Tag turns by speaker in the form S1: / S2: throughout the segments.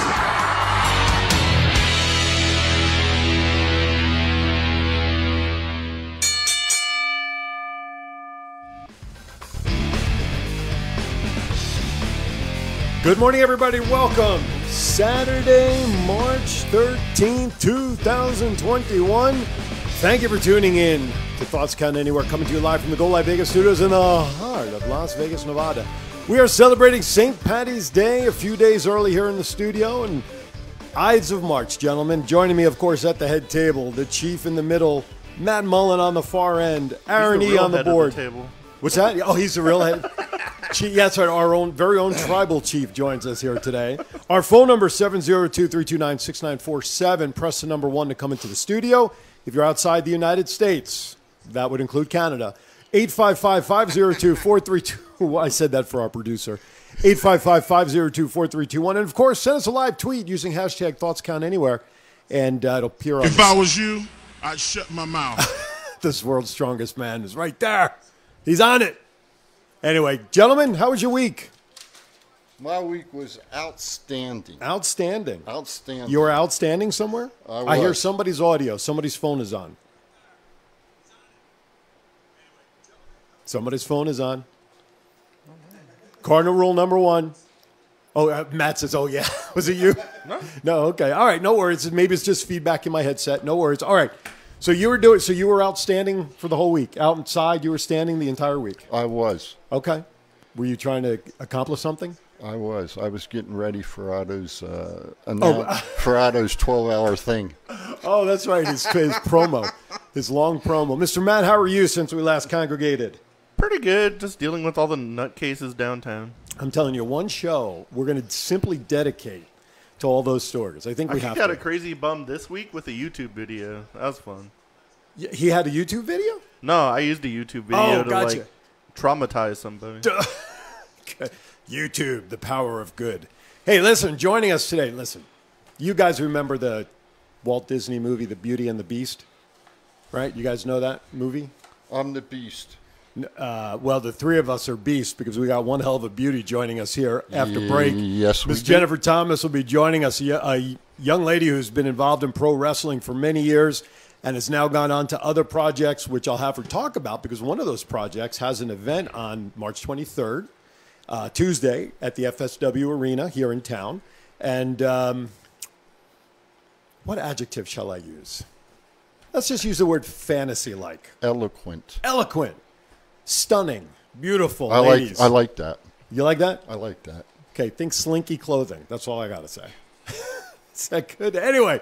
S1: suplex.
S2: Good morning, everybody. Welcome. Saturday, March 13th, 2021. Thank you for tuning in to Thoughts Count Anywhere, coming to you live from the Go Live Vegas studios in the heart of Las Vegas, Nevada. We are celebrating St. Patty's Day a few days early here in the studio and Ides of March, gentlemen. Joining me, of course, at the head table, the chief in the middle, Matt Mullen on the far end, Aaron
S3: He's
S2: E on the
S3: real head of
S2: board.
S3: table.
S2: What's that? Oh, he's the real head. Chief, yeah, that's right. Our own, very own tribal chief joins us here today. Our phone number is 702-329-6947. Press the number one to come into the studio. If you're outside the United States, that would include Canada. 855-502-4321. I said that for our producer. 855-502-4321. And of course, send us a live tweet using hashtag thoughts count anywhere. And uh, it'll appear on
S4: If I was you, I'd shut my mouth.
S2: this world's strongest man is right there. He's on it. Anyway, gentlemen, how was your week?
S5: My week was outstanding.
S2: Outstanding.
S5: Outstanding.
S2: You were outstanding somewhere?
S5: I
S2: I hear
S5: was.
S2: somebody's audio. Somebody's phone is on. Somebody's phone is on. Cardinal rule number one. Oh, uh, Matt says, oh, yeah. Was it you? No. No, okay. All right, no worries. Maybe it's just feedback in my headset. No worries. All right. So you were doing, so you were outstanding for the whole week. Outside, you were standing the entire week.
S5: I was.
S2: Okay. Were you trying to accomplish something?
S5: I was. I was getting ready for Otto's uh, announce, for Otto's twelve hour thing.
S2: Oh, that's right. His, his promo, his long promo. Mr. Matt, how are you since we last congregated?
S3: Pretty good. Just dealing with all the nutcases downtown.
S2: I'm telling you, one show we're going to simply dedicate to all those stories. I think
S3: I
S2: we have
S3: got a
S2: to.
S3: crazy bum this week with a YouTube video. That was fun.
S2: Y- he had a YouTube video.
S3: No, I used a YouTube video
S2: Oh,
S3: to
S2: gotcha.
S3: like traumatize somebody.
S2: YouTube, the power of good. Hey, listen, joining us today. Listen, you guys remember the Walt Disney movie, The Beauty and the Beast, right? You guys know that movie.
S5: I'm the beast.
S2: Uh, well, the three of us are beasts because we got one hell of a beauty joining us here after break.
S5: yes, we
S2: Miss
S5: do.
S2: Jennifer Thomas will be joining us, a, y- a young lady who's been involved in pro wrestling for many years and has now gone on to other projects, which I'll have her talk about because one of those projects has an event on March 23rd, uh, Tuesday, at the FSW Arena here in town. And um, what adjective shall I use? Let's just use the word fantasy like
S5: Eloquent.
S2: eloquent, stunning, beautiful.
S5: I
S2: ladies.
S5: like. I like that.
S2: You like that?
S5: I like that.
S2: Okay, think slinky clothing. That's all I gotta say. is that good? Anyway,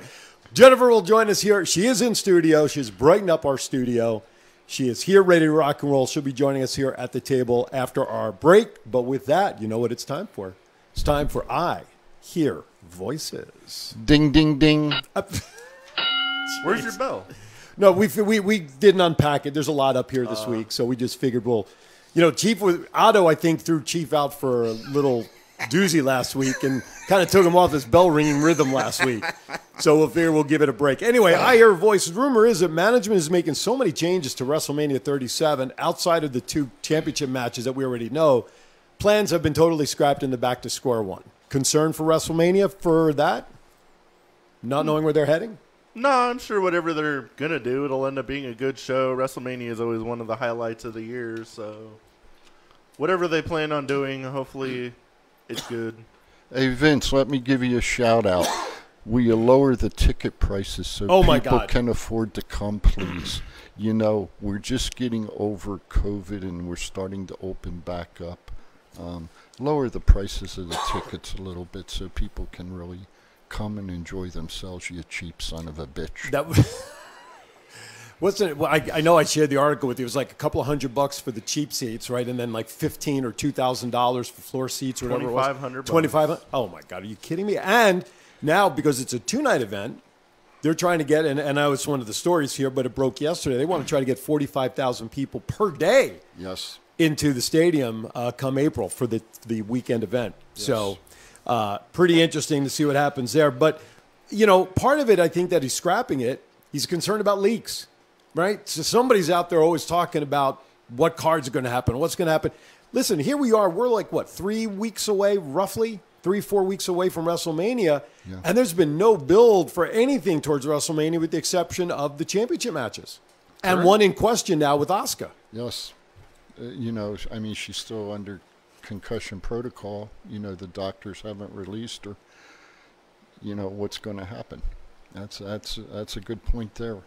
S2: Jennifer will join us here. She is in studio. She's brightened up our studio. She is here, ready to rock and roll. She'll be joining us here at the table after our break. But with that, you know what it's time for? It's time for I Hear Voices.
S5: Ding, ding, ding.
S3: Where's your bell?
S2: No, we, we we didn't unpack it. There's a lot up here this week, so we just figured we'll, you know, Chief was Otto. I think threw Chief out for a little doozy last week and kind of took him off his bell ringing rhythm last week. So we'll figure we'll give it a break. Anyway, I hear voices. Rumor is that management is making so many changes to WrestleMania 37 outside of the two championship matches that we already know. Plans have been totally scrapped in the back to square one. Concern for WrestleMania for that? Not knowing where they're heading?
S3: No, I'm sure whatever they're gonna do, it'll end up being a good show. WrestleMania is always one of the highlights of the year, so whatever they plan on doing, hopefully it's good.
S5: Hey Vince, let me give you a shout out. Will you lower the ticket prices so
S2: Oh,
S5: people
S2: my God.
S5: can afford to come, please? You know, we're just getting over COVID and we're starting to open back up. Um, lower the prices of the tickets a little bit so people can really come and enjoy themselves. You cheap son of a bitch.
S2: That was. What's it? Well, I, I know I shared the article with you. It was like a couple of hundred bucks for the cheap seats, right? And then like fifteen or two thousand dollars for floor seats or whatever. it was.
S3: 2,500 bucks.
S2: 25 Oh my god, are you kidding me? And now because it's a two night event, they're trying to get and and I was one of the stories here, but it broke yesterday. They want to try to get forty five thousand people per day
S5: yes.
S2: into the stadium uh, come April for the the weekend event. So, uh, pretty interesting to see what happens there. But you know, part of it, I think that he's scrapping it. He's concerned about leaks, right? So somebody's out there always talking about what cards are going to happen, what's going to happen. Listen, here we are. We're like what three weeks away, roughly, three, four weeks away from WrestleMania,
S5: Yeah.
S2: and there's been no build for anything towards WrestleMania with the exception of the championship matches, and one in question now with Asuka.
S5: Yes. Uh, you know, sh- I mean, she's still under concussion protocol. You know, the doctors haven't released her. You know what's going to happen. That's that's that's a good point there.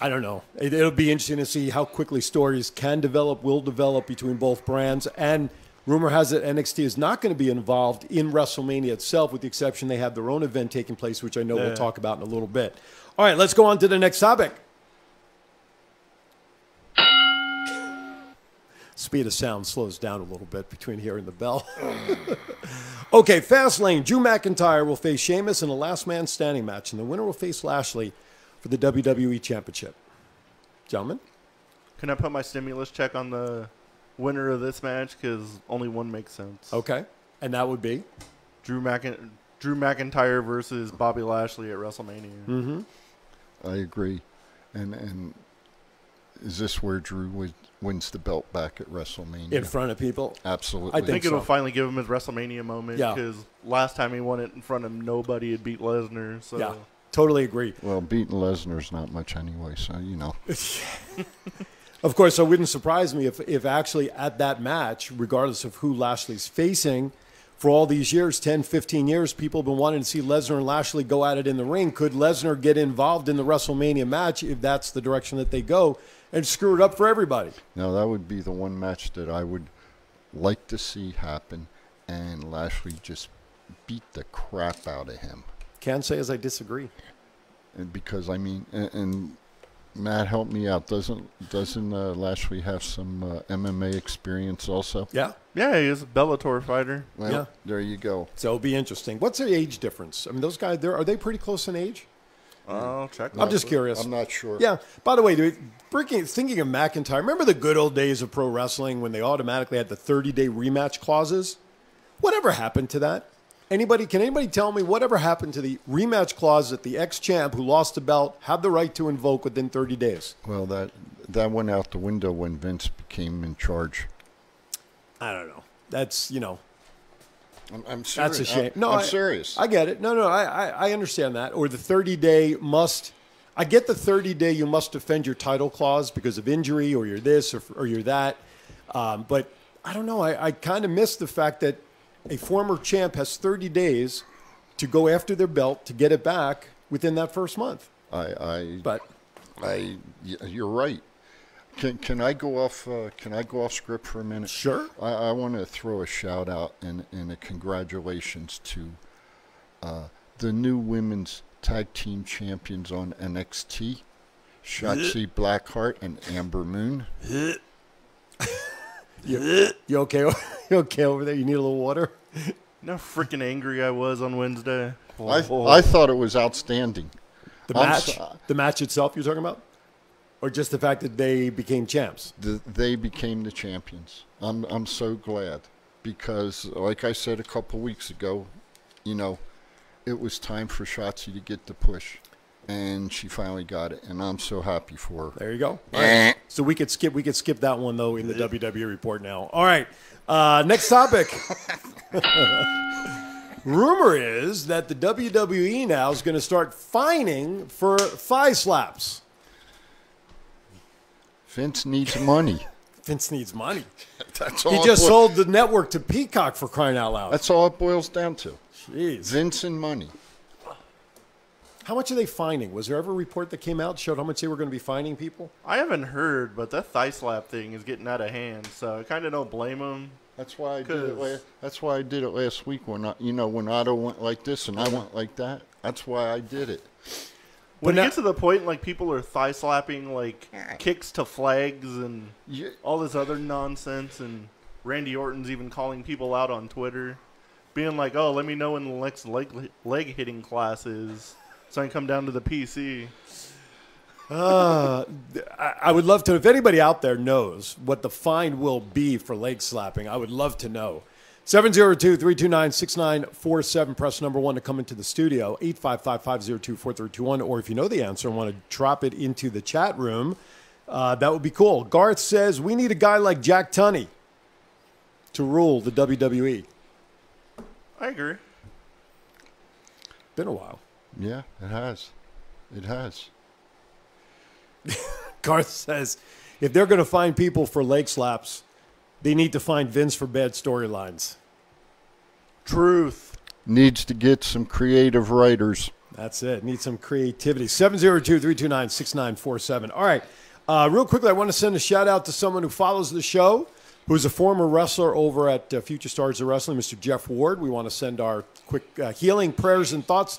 S2: I don't know. It, it'll be interesting to see how quickly stories can develop, will develop between both brands. And rumor has it NXT is not going to be involved in WrestleMania itself, with the exception they have their own event taking place, which I know
S3: Yeah.
S2: we'll talk about in a little bit. All right, let's go on to the next topic. Speed of sound slows down a little bit between here and the bell. Okay, fast lane. Drew McIntyre will face Sheamus in a last man standing match, and the winner will face Lashley for the WWE Championship. Gentlemen,
S3: Can I put my stimulus check on the winner of this match? Because only one makes sense.
S2: okay. And that would be
S3: Drew McIn- Drew McIntyre versus Bobby Lashley at WrestleMania.
S2: Mm-hmm.
S5: I agree. And and is this where Drew wi- wins the belt back at WrestleMania?
S2: in front of people.
S5: Absolutely.
S3: I think,
S2: Think
S3: it'll
S2: so.
S3: finally give him his WrestleMania moment.
S2: Yeah.
S3: Because last time he won it in front of nobody, it beat Lesnar. So
S2: Yeah, totally agree.
S5: well, beating Lesnar's not much anyway, so you know.
S2: Of course, it wouldn't surprise me if, if actually at that match, regardless of who Lashley's facing, for all these years 10, 15 years people have been wanting to see Lesnar and Lashley go at it in the ring. Could Lesnar get involved in the WrestleMania match if that's the direction that they go and screw it up for everybody?
S5: Now that would be the one match that I would like to see happen, and Lashley just beat the crap out of him.
S2: Can say as I disagree.
S5: and because I mean, and, and Matt, help me out. Doesn't doesn't uh, Lashley have some uh, MMA experience also?
S2: Yeah.
S3: yeah, he is a Bellator fighter.
S5: Well,
S2: Yeah.
S5: there you go.
S2: So it'll be interesting. What's the age difference? I mean, those guys, they're, are they pretty close in age?
S3: I'll check.
S2: I'm just curious.
S5: I'm not sure.
S2: Yeah. By the way, dude, freaking, thinking of McIntyre, remember the good old days of pro wrestling when they automatically had the 30 day rematch clauses? Whatever happened to that? Anybody? Can anybody tell me whatever happened to the rematch clause that the ex champ who lost the belt had the right to invoke within 30 days?
S5: Well, that that went out the window when Vince became in charge.
S2: I don't know. That's you know
S5: I'm, I'm serious.
S2: That's a shame.
S5: I'm,
S2: no,
S5: I'm
S2: I-
S5: serious.
S2: I get it. No, no, I, I, I understand that. Or the 30 day must. I get the 30 day you must defend your title clause because of injury or you're this or, or you're that. Um, but I don't know. I, I kind of miss the fact that a former champ has 30 days to go after their belt to get it back within that first month.
S5: I, I,
S2: But
S5: I, y- you're right. Can, can I go off? Uh, can I go off script for a minute?
S2: Sure.
S5: I, I want to throw a shout out and, and a congratulations to uh, the new women's tag team champions on NXT, Shotzi Blackheart and Amber Moon.
S2: you okay? o- you okay over there? You need a little water?
S3: You know how freaking angry I was on Wednesday.
S5: I,
S3: Oh.
S2: Oh.
S5: I thought it was outstanding.
S2: The
S5: I'm
S2: match,
S5: so-
S2: the match itself you're talking about, or just the fact that they became champs?
S5: th- they became the champions. I'm I'm so glad because, like I said a couple weeks ago, you know, it was time for Shotzi to get the push, and she finally got it, and I'm so happy for her.
S2: There you go. All right. So we could skip we could skip that one though in the WWE report now. All right. Uh, next topic. Rumor is that the WWE now is going to start fining for thigh slaps.
S5: Vince needs money.
S2: Vince needs money.
S5: That's all.
S2: He
S5: it
S2: just
S5: boi-
S2: sold the network to Peacock for crying out loud.
S5: Oh, That's all it boils down to.
S2: Jeez.
S5: Vince and money.
S2: How much are they fining? Was there ever a report that came out showed how much they were going to be fining people?
S3: I haven't heard, but that thigh slap thing is getting out of hand, so I kind of don't blame him.
S5: That's why I did it.
S3: 'Cause-
S5: La- that's why I did it last week when I, you know, when Otto went like this and I went like that. That's why I did it.
S2: But
S3: When it
S2: now-
S3: gets to the point like people are thigh slapping like kicks to flags and
S5: Yeah.
S3: all this other nonsense, and Randy Orton's even calling people out on Twitter, being like, "Oh, let me know when the next leg leg hitting class is, so I can come down to the PC."
S2: I, I would love to. If anybody out there knows what the fine will be for leg slapping, I would love to know. 702 329 6947, press number one to come into the studio, 855 502 4321. Or if you know the answer and want to drop it into the chat room, uh, that would be cool. Garth says, E." We need a guy like Jack Tunney to rule the WWE.
S3: I agree.
S2: Been a while.
S5: Yeah, it has. It has.
S2: Garth says, if they're going to find people for leg slaps, they need to find Vince for bad storylines.
S3: Truth.
S5: Needs to get some creative writers.
S2: That's it. Need some creativity. 702 329 6947. All right. Uh, real quickly, I want to send a shout out to someone who follows the show, who's a former wrestler over at uh, Future Stars of Wrestling, Mr. Jeff Ward. We want to send our quick uh, healing prayers and thoughts.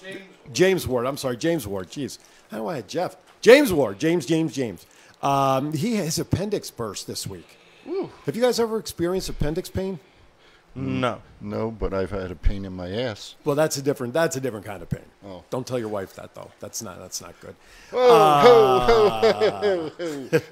S2: James Ward. I'm sorry, James Ward. Jeez. How do I have Jeff? James Ward. James, James, James. Um, he his appendix burst this week. Have you guys ever experienced appendix pain?
S3: No.
S5: No, but I've had a pain in my ass.
S2: Well, that's a different that's a different kind of pain. Oh. Don't tell your wife that though. That's not that's not good.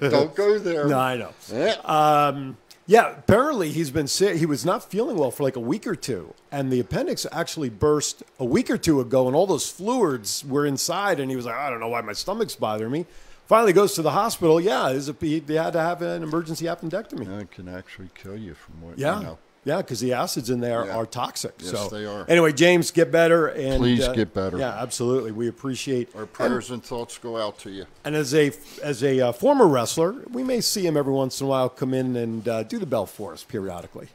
S5: Don't go there.
S2: Ah. No, I know. Um,
S5: Eh.
S2: Yeah, apparently he's been sick. He was not feeling well for like a week or two, and the appendix actually burst a week or two ago, and all those fluids were inside, and he was like, I don't know why my stomach's bothering me. Finally goes to the hospital. Yeah, his, he they had to have an emergency appendectomy.
S5: I can actually kill you from what
S2: Yeah.
S5: you know.
S2: Yeah, because the acids in there
S5: Yeah.
S2: are toxic.
S5: Yes,
S2: so
S5: they are.
S2: Anyway, James, get better and uh,
S5: Please get better.
S2: Yeah, absolutely. We appreciate
S5: Our prayers and thoughts go out to you.
S2: And as a as a uh, former wrestler, we may see him every once in a while come in and uh, do the bell for us periodically.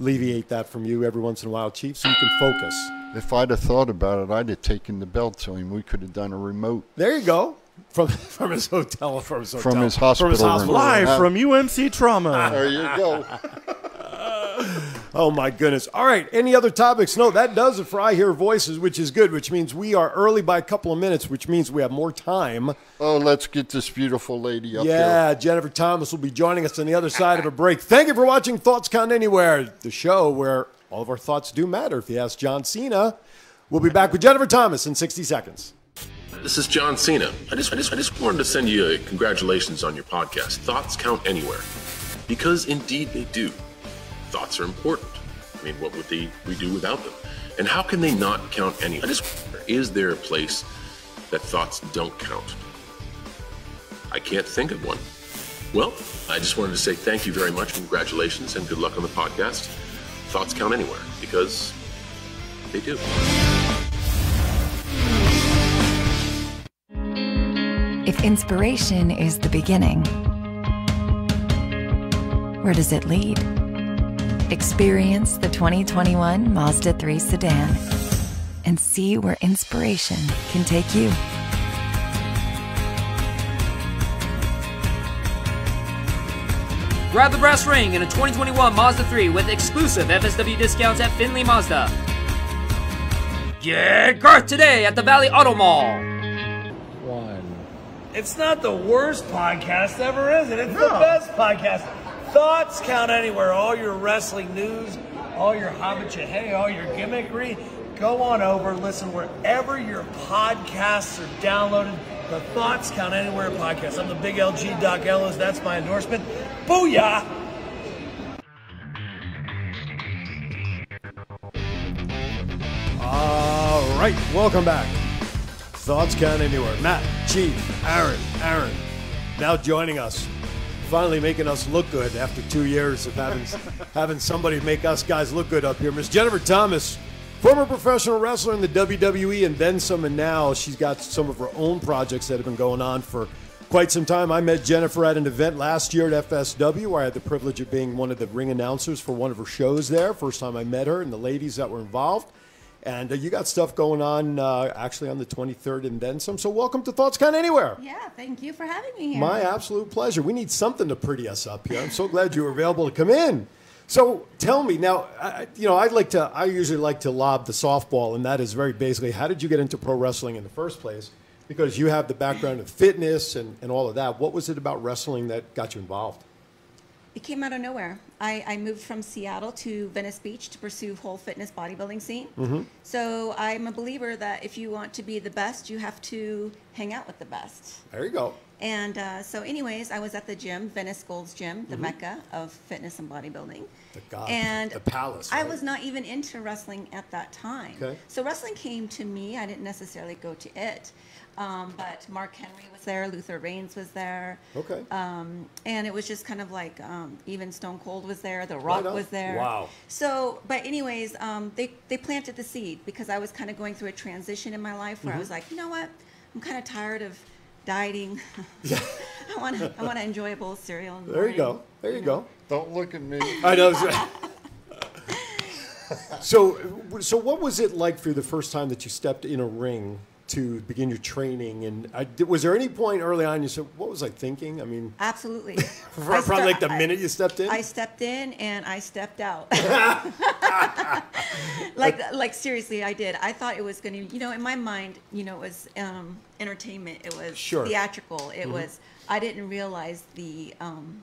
S2: Alleviate that from you every once in a while, Chief, so you can focus.
S5: If I'd have thought about it, I'd have taken the belt to him. We could have done a remote.
S2: There you go. From from his hotel, from his hotel,
S5: his hospital room.
S3: Live
S5: Uh,
S3: from UMC Trauma.
S5: There you go.
S2: Oh my goodness! All right. Any other topics? No, that does it for I Hear Voices, which is good. Which means we are early by a couple of minutes, which means we have more time.
S5: Oh, let's get this beautiful lady up here.
S2: Yeah, Jennifer Thomas will be joining us on the other side of a break. Thank you for watching Thoughts Count Anywhere, the show where all of our thoughts do matter. If you ask John Cena, we'll be back with Jennifer Thomas in 60 seconds.
S1: This is John Cena. I just, I just, I just wanted to send you a congratulations on your podcast. Thoughts count anywhere, because indeed they do. Thoughts are important. I mean, what would they we do without them? And how can they not count anywhere? I just wonder, is there a place that thoughts don't count? I can't think of one. Well, I just wanted to say thank you very much, congratulations, and good luck on the podcast. Thoughts count anywhere because they do.
S6: If inspiration is the beginning, where does it lead? Experience the 2021 Mazda 3 sedan and see where inspiration can take you.
S7: Grab the brass ring in a 2021 Mazda 3 with exclusive FSW discounts at Finley Mazda. Get Garth today at the Valley Auto Mall.
S8: It's not the worst podcast ever, is it? It's the best podcast. Thoughts count anywhere. All your wrestling news, all your hobbit hey, all your gimmickry. Go on over, listen wherever your podcasts are downloaded. The Thoughts Count Anywhere podcast. I'm the big LG Doc Ellis. That's my endorsement. Booyah!
S2: All right, welcome back. Thoughts Count Anywhere. Matt, Chief, Aaron, Aaron, now joining us. Finally making us look good after two years of having, having somebody make us guys look good up here. Miss Jennifer Thomas, former professional wrestler in the WWE and then some, and now she's got some of her own projects that have been going on for quite some time. I met Jennifer at an event last year at FSW where I had the privilege of being one of the ring announcers for one of her shows there. First time I met her and the ladies that were involved. And uh, you got stuff going on uh, actually on the 23rd and then some. So welcome to Thoughts Count Anywhere.
S9: Yeah, thank you for having me here.
S2: My absolute pleasure. We need something to pretty us up here. I'm so glad you were available to come in. So tell me now, I- I, you know, I'd like to. I usually like to lob the softball, and that is very basically, how did you get into pro wrestling in the first place? Because you have the background of fitness and, and all of that. What was it about wrestling that got you involved?
S9: it came out of nowhere. I, I moved from Seattle to Venice Beach to pursue whole fitness bodybuilding scene.
S2: Mm-hmm.
S9: So I'm a believer that if you want to be the best, you have to hang out with the best.
S2: There you go.
S9: And uh, so, anyways, I was at the gym, Venice Gold's Gym, the mecca of fitness and bodybuilding.
S2: Mm-hmm. The god-
S9: and
S2: the palace,
S9: I
S2: right?
S9: was not even into wrestling at that time.
S2: Okay.
S9: So wrestling came to me. I didn't necessarily go to it. Um, but Mark Henry was there, Luther Reigns was there,
S2: Okay.
S9: um, and it was just kind of like um, even Stone Cold was there, The Rock
S2: on.
S9: was there.
S2: Wow.
S9: So, but anyways, um, they they planted the seed because I was kind of going through a transition in my life where I was
S2: Mm-hmm.
S9: like, you know what, I'm kind of tired of dieting. I want I want an enjoyable cereal. in the
S2: there you
S9: morning.
S2: go. There you go.
S5: Don't look at me.
S2: I know. so, so what was it like for you the first time that you stepped in a ring to begin your training? And I, did- was there any point early on you said, "What was I thinking?" I mean,
S9: Absolutely.
S2: pro-
S9: I
S2: probably
S9: sta-
S2: like the minute you stepped in.
S9: I stepped in and I stepped out. like, like seriously, I did. I thought it was going to, you know, in my mind, you know, it was um, entertainment. It was
S2: Sure. Mm-hmm.
S9: theatrical. It was. I didn't realize the. Um,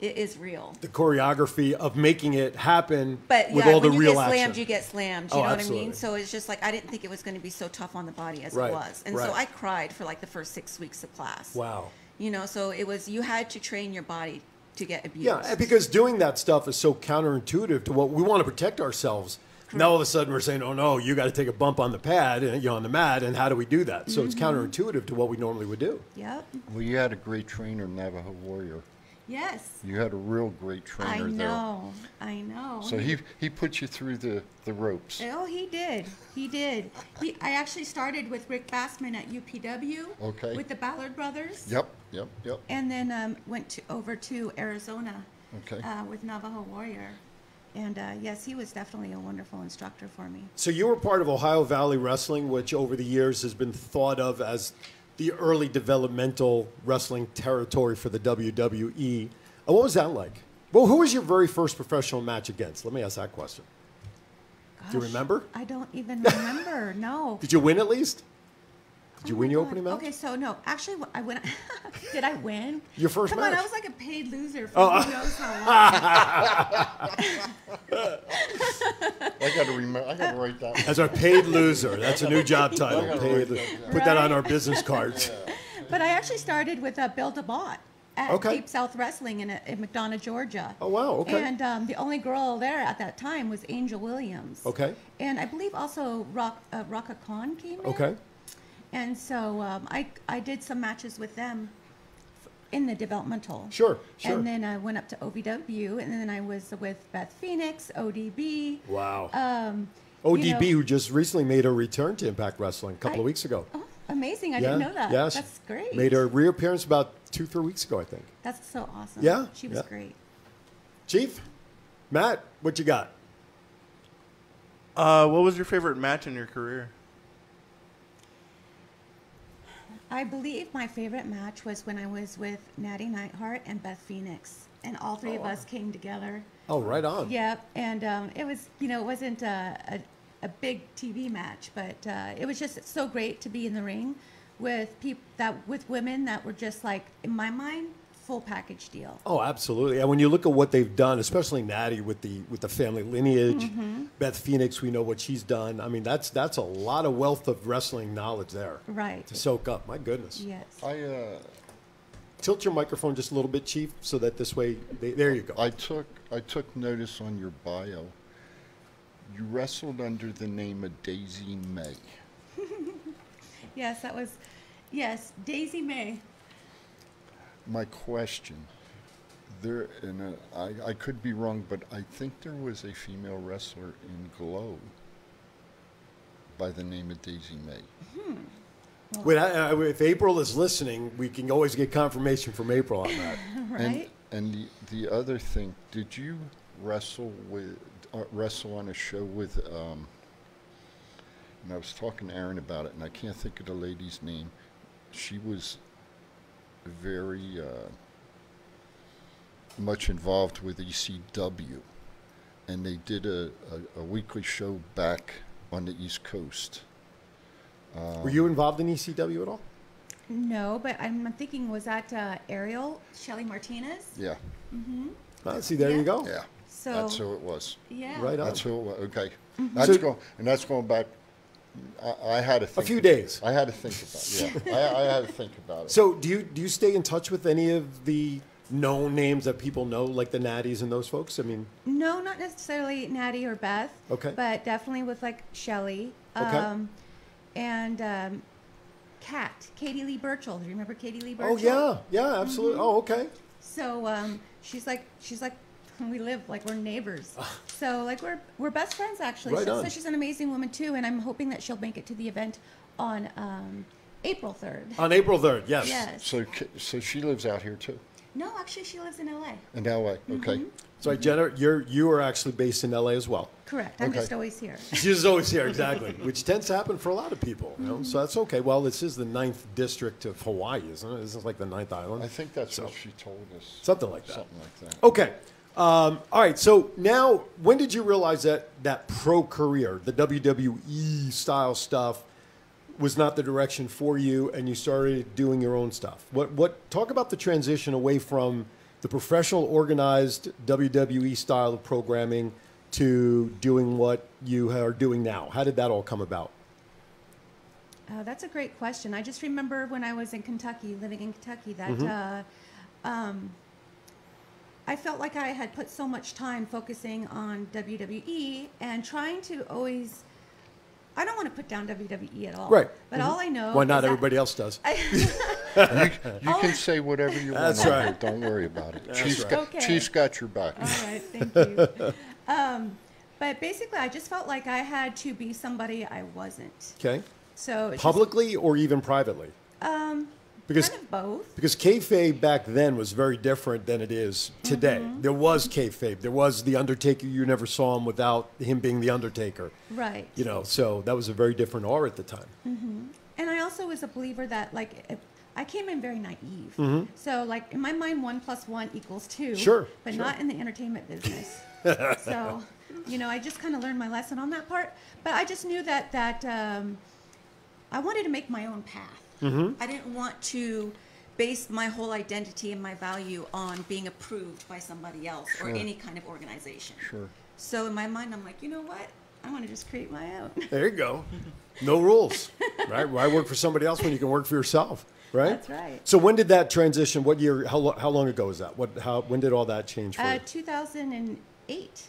S9: it is real.
S2: the choreography of making it happen
S9: But
S2: with
S9: yeah,
S2: all the
S9: when you
S2: real
S9: get slammed,
S2: action.
S9: you get slammed. You
S2: Oh,
S9: know what I
S2: absolutely.
S9: mean? So it's just like I didn't think it was going to be so tough on the body as
S2: Right,
S9: it was, and so
S2: right.
S9: I cried for like the first six weeks of class.
S2: wow.
S9: You know, so it was you had to train your body to get abused.
S2: Yeah, and because doing that stuff is so counterintuitive to what we want to protect ourselves. Now all of a sudden we're saying, "Oh no, you got to take a bump on the pad, and, you know, on the mat." And how do we do that? So it's
S9: Mm-hmm.
S2: counterintuitive to what we normally would do.
S9: Yep.
S5: Well, you had a great trainer, Navajo Warrior.
S9: Yes.
S5: You had a real great
S9: I
S5: trainer
S9: know. I know.
S5: there. So he he put you through the, the ropes.
S9: Oh, he did.
S10: He did. He, I actually started with Rick Bassman at UPW.
S5: Okay.
S10: With the Ballard brothers.
S5: Yep, yep, yep.
S10: And then um, went to, over to Arizona.
S5: Okay.
S10: Uh, with Navajo Warrior, and uh, yes, he was definitely a wonderful instructor for me.
S2: So you were part of Ohio Valley Wrestling, which over the years has been thought of as the early developmental wrestling territory for the WWE. Uh, what was that like? Well, who was your very first professional match against? Let me ask that question. Do you
S10: Gosh,
S2: remember?
S10: I don't even remember. No.
S2: Did you win at least? Did you
S10: Oh
S2: win
S10: my
S2: your
S10: God.
S2: opening match?
S10: Okay, so no, actually, wh- I went. did I win?
S2: Your first
S10: Come on,
S2: match. Oh.
S10: I was like a paid loser for who knows how long.
S5: I gotta remember. I gotta write that.
S2: As our paid loser. That's a new job title.
S5: Yeah.
S2: Paid, put that on our business cards.
S10: But I actually started with uh, Bill DeBott at
S2: Okay.
S10: Deep South Wrestling in, uh, in McDonough, Georgia.
S2: Oh, wow, okay.
S10: And um, the only girl there at that time was Angel Williams.
S2: Okay.
S10: And I believe also Rock, uh, Rocka Khan came in.
S2: Okay.
S10: And so um, I, I did some matches with them f- in the developmental.
S2: Sure, sure.
S10: And then I went up to OVW, and then I was with Beth Phoenix, ODB.
S2: Wow.
S10: Um, you
S2: ODB,
S10: know-
S2: who just recently made her return to Impact Wrestling a couple of
S10: I-
S2: weeks ago.
S10: Oh, amazing. I
S2: yeah.
S10: didn't know that.
S2: Yes.
S10: That's great.
S2: Made her reappearance about two, three weeks ago, I think.
S10: That's so awesome.
S2: Yeah,
S10: She was
S2: yeah.
S10: great.
S2: Chief, Matt, what you got?
S3: Uh, what was your favorite match in your career?
S10: I believe my favorite match was when I was with Natty Nightheart and Beth Phoenix, and all three of us came together.
S2: Oh, right on.
S10: Yep, and um, it was you know it wasn't a, a, a big TV match, but uh, it was just so great to be in the ring with people that with women that were just like in my mind full package deal.
S2: Oh, absolutely. And when you look at what they've done, especially Natty with the with the family lineage,
S10: Mm-hmm.
S2: Beth Phoenix, we know what she's done. I mean, that's that's a lot of wealth of wrestling knowledge there.
S10: Right.
S2: To soak up. My goodness.
S10: Yes.
S5: I uh,
S2: Tilt your microphone just a little bit, Chief, so that this way, they, there you go.
S5: I took I took notice on your bio. You wrestled under the name of Daisy May.
S10: Yes, that was. Yes, Daisy May.
S5: My question. There and uh, I, I could be wrong, but I think there was a female wrestler in Glow by the name of Daisy May.
S10: Oh.
S2: Wait, I, I, if April is listening, we can always get confirmation from April on that.
S5: And,
S10: Right.
S5: and the, the other thing, did you wrestle with uh, wrestle on a show with? Um, and I was talking to Aaron about it, and I can't think of the lady's name. She was very uh, much involved with ECW, and they did a, a, a weekly show back on the East Coast.
S2: Were you involved in ECW at all?
S10: No, but I'm thinking was that uh, Ariel Shelly Martinez?
S5: Yeah,
S2: Ah, see, there you
S10: Yeah.
S2: go.
S5: yeah,
S10: So
S5: that's who it was.
S10: yeah.
S2: Right on.
S5: That's who. it wa- Okay,
S2: Mm-hmm.
S5: that's going, and that's going back. I, I had to think
S2: few
S5: about-
S2: days.
S5: I had to think about. it. Yeah, I, I had to think about it.
S2: So, do you do you stay in touch with any of the known names that people know, like the Natties and those folks? I mean,
S10: No, not necessarily Natty or Beth.
S2: Okay.
S10: But definitely with like Shelly.
S2: Okay.
S10: Um, and um, Cat, Katie Lee Burchell. Do you remember Katie Lee Burchell?
S2: Oh yeah, yeah, absolutely.
S10: Mhm.
S2: Oh okay.
S10: So um, she's like, she's like, we live like we're neighbors. so like we're we're best friends actually.
S2: Ah. Right
S10: so,
S2: on.
S10: so she's an amazing woman too, and I'm hoping that she'll make it to the event on um, April third.
S2: On April third, Ah, yes.
S10: Yes.
S5: So, ca- so she lives out here too,
S10: No, actually, she lives in L.A.
S5: in LA. Okay.
S2: Mm-hmm. So Jenna, you're you are actually based in LA as well.
S10: Correct. I'm
S2: Okay.
S10: just always here.
S2: She's always here, exactly, which tends to happen for a lot of people. You know?
S10: Mhm.
S2: So that's okay. Well, this is the ninth district of Hawaii, isn't it? Isn't it like the ninth island? I
S5: think that's what she told us.
S2: Something like that.
S5: Something like that.
S2: Okay. Um, all right. So now, when did you realize that that pro career, the WWE style stuff, was not the direction for you, and you started doing your own stuff? What What? Talk about the transition away from the professional, organized WWE style of programming to doing what you are doing now. How did that all come about?
S10: Oh, that's a great question. I just remember when I was in Kentucky, living in Kentucky, that
S2: Mhm.
S10: uh, um, I felt like I had put so much time focusing on WWE and trying to always. I don't want to put down WWE at all.
S2: Right. Mm-hmm.
S10: But all I know.
S2: Why
S10: is
S2: not?
S10: that-
S2: Everybody else does.
S5: You, you can say whatever you want.
S2: Oh. That's
S5: on
S2: right.
S5: here. Don't worry about it.
S2: That's
S5: Chief's
S2: right.
S5: got,
S10: Okay.
S5: Chief's got your back.
S10: All right, thank you. um, but basically, I just felt like I had to be somebody I wasn't.
S2: Okay.
S10: So it's just-
S2: Publicly or even privately?
S10: um,
S2: Because-
S10: kind of both.
S2: Because kayfabe back then was very different than it is today.
S10: Mm-hmm.
S2: There was kayfabe. There was the Undertaker. You never saw him without him being the Undertaker.
S10: Right.
S2: You know, so that was a very different aura at the time.
S10: hmm And I also was a believer that like if- I came in very naive.
S2: Mhm.
S10: So like in my mind, one plus one equals two.
S2: Sure,
S10: But
S2: sure.
S10: not in the entertainment business. so you know, I just kind of learned my lesson on that part. But I just knew that that um, I wanted to make my own path.
S9: Mhm. I didn't want to base my whole identity and my value on being approved by somebody else or
S5: Sure.
S9: any kind of organization.
S5: Sure.
S9: So in my mind, I'm like, you know what? I want to just create my own.
S2: There you go. No rules, right? Why work for somebody else when you can work for yourself, right?
S10: That's right.
S2: So when did that transition? What year? How, lo- how long ago was that? What? How? When did all that change for
S10: Uh,
S2: you?
S10: 2008.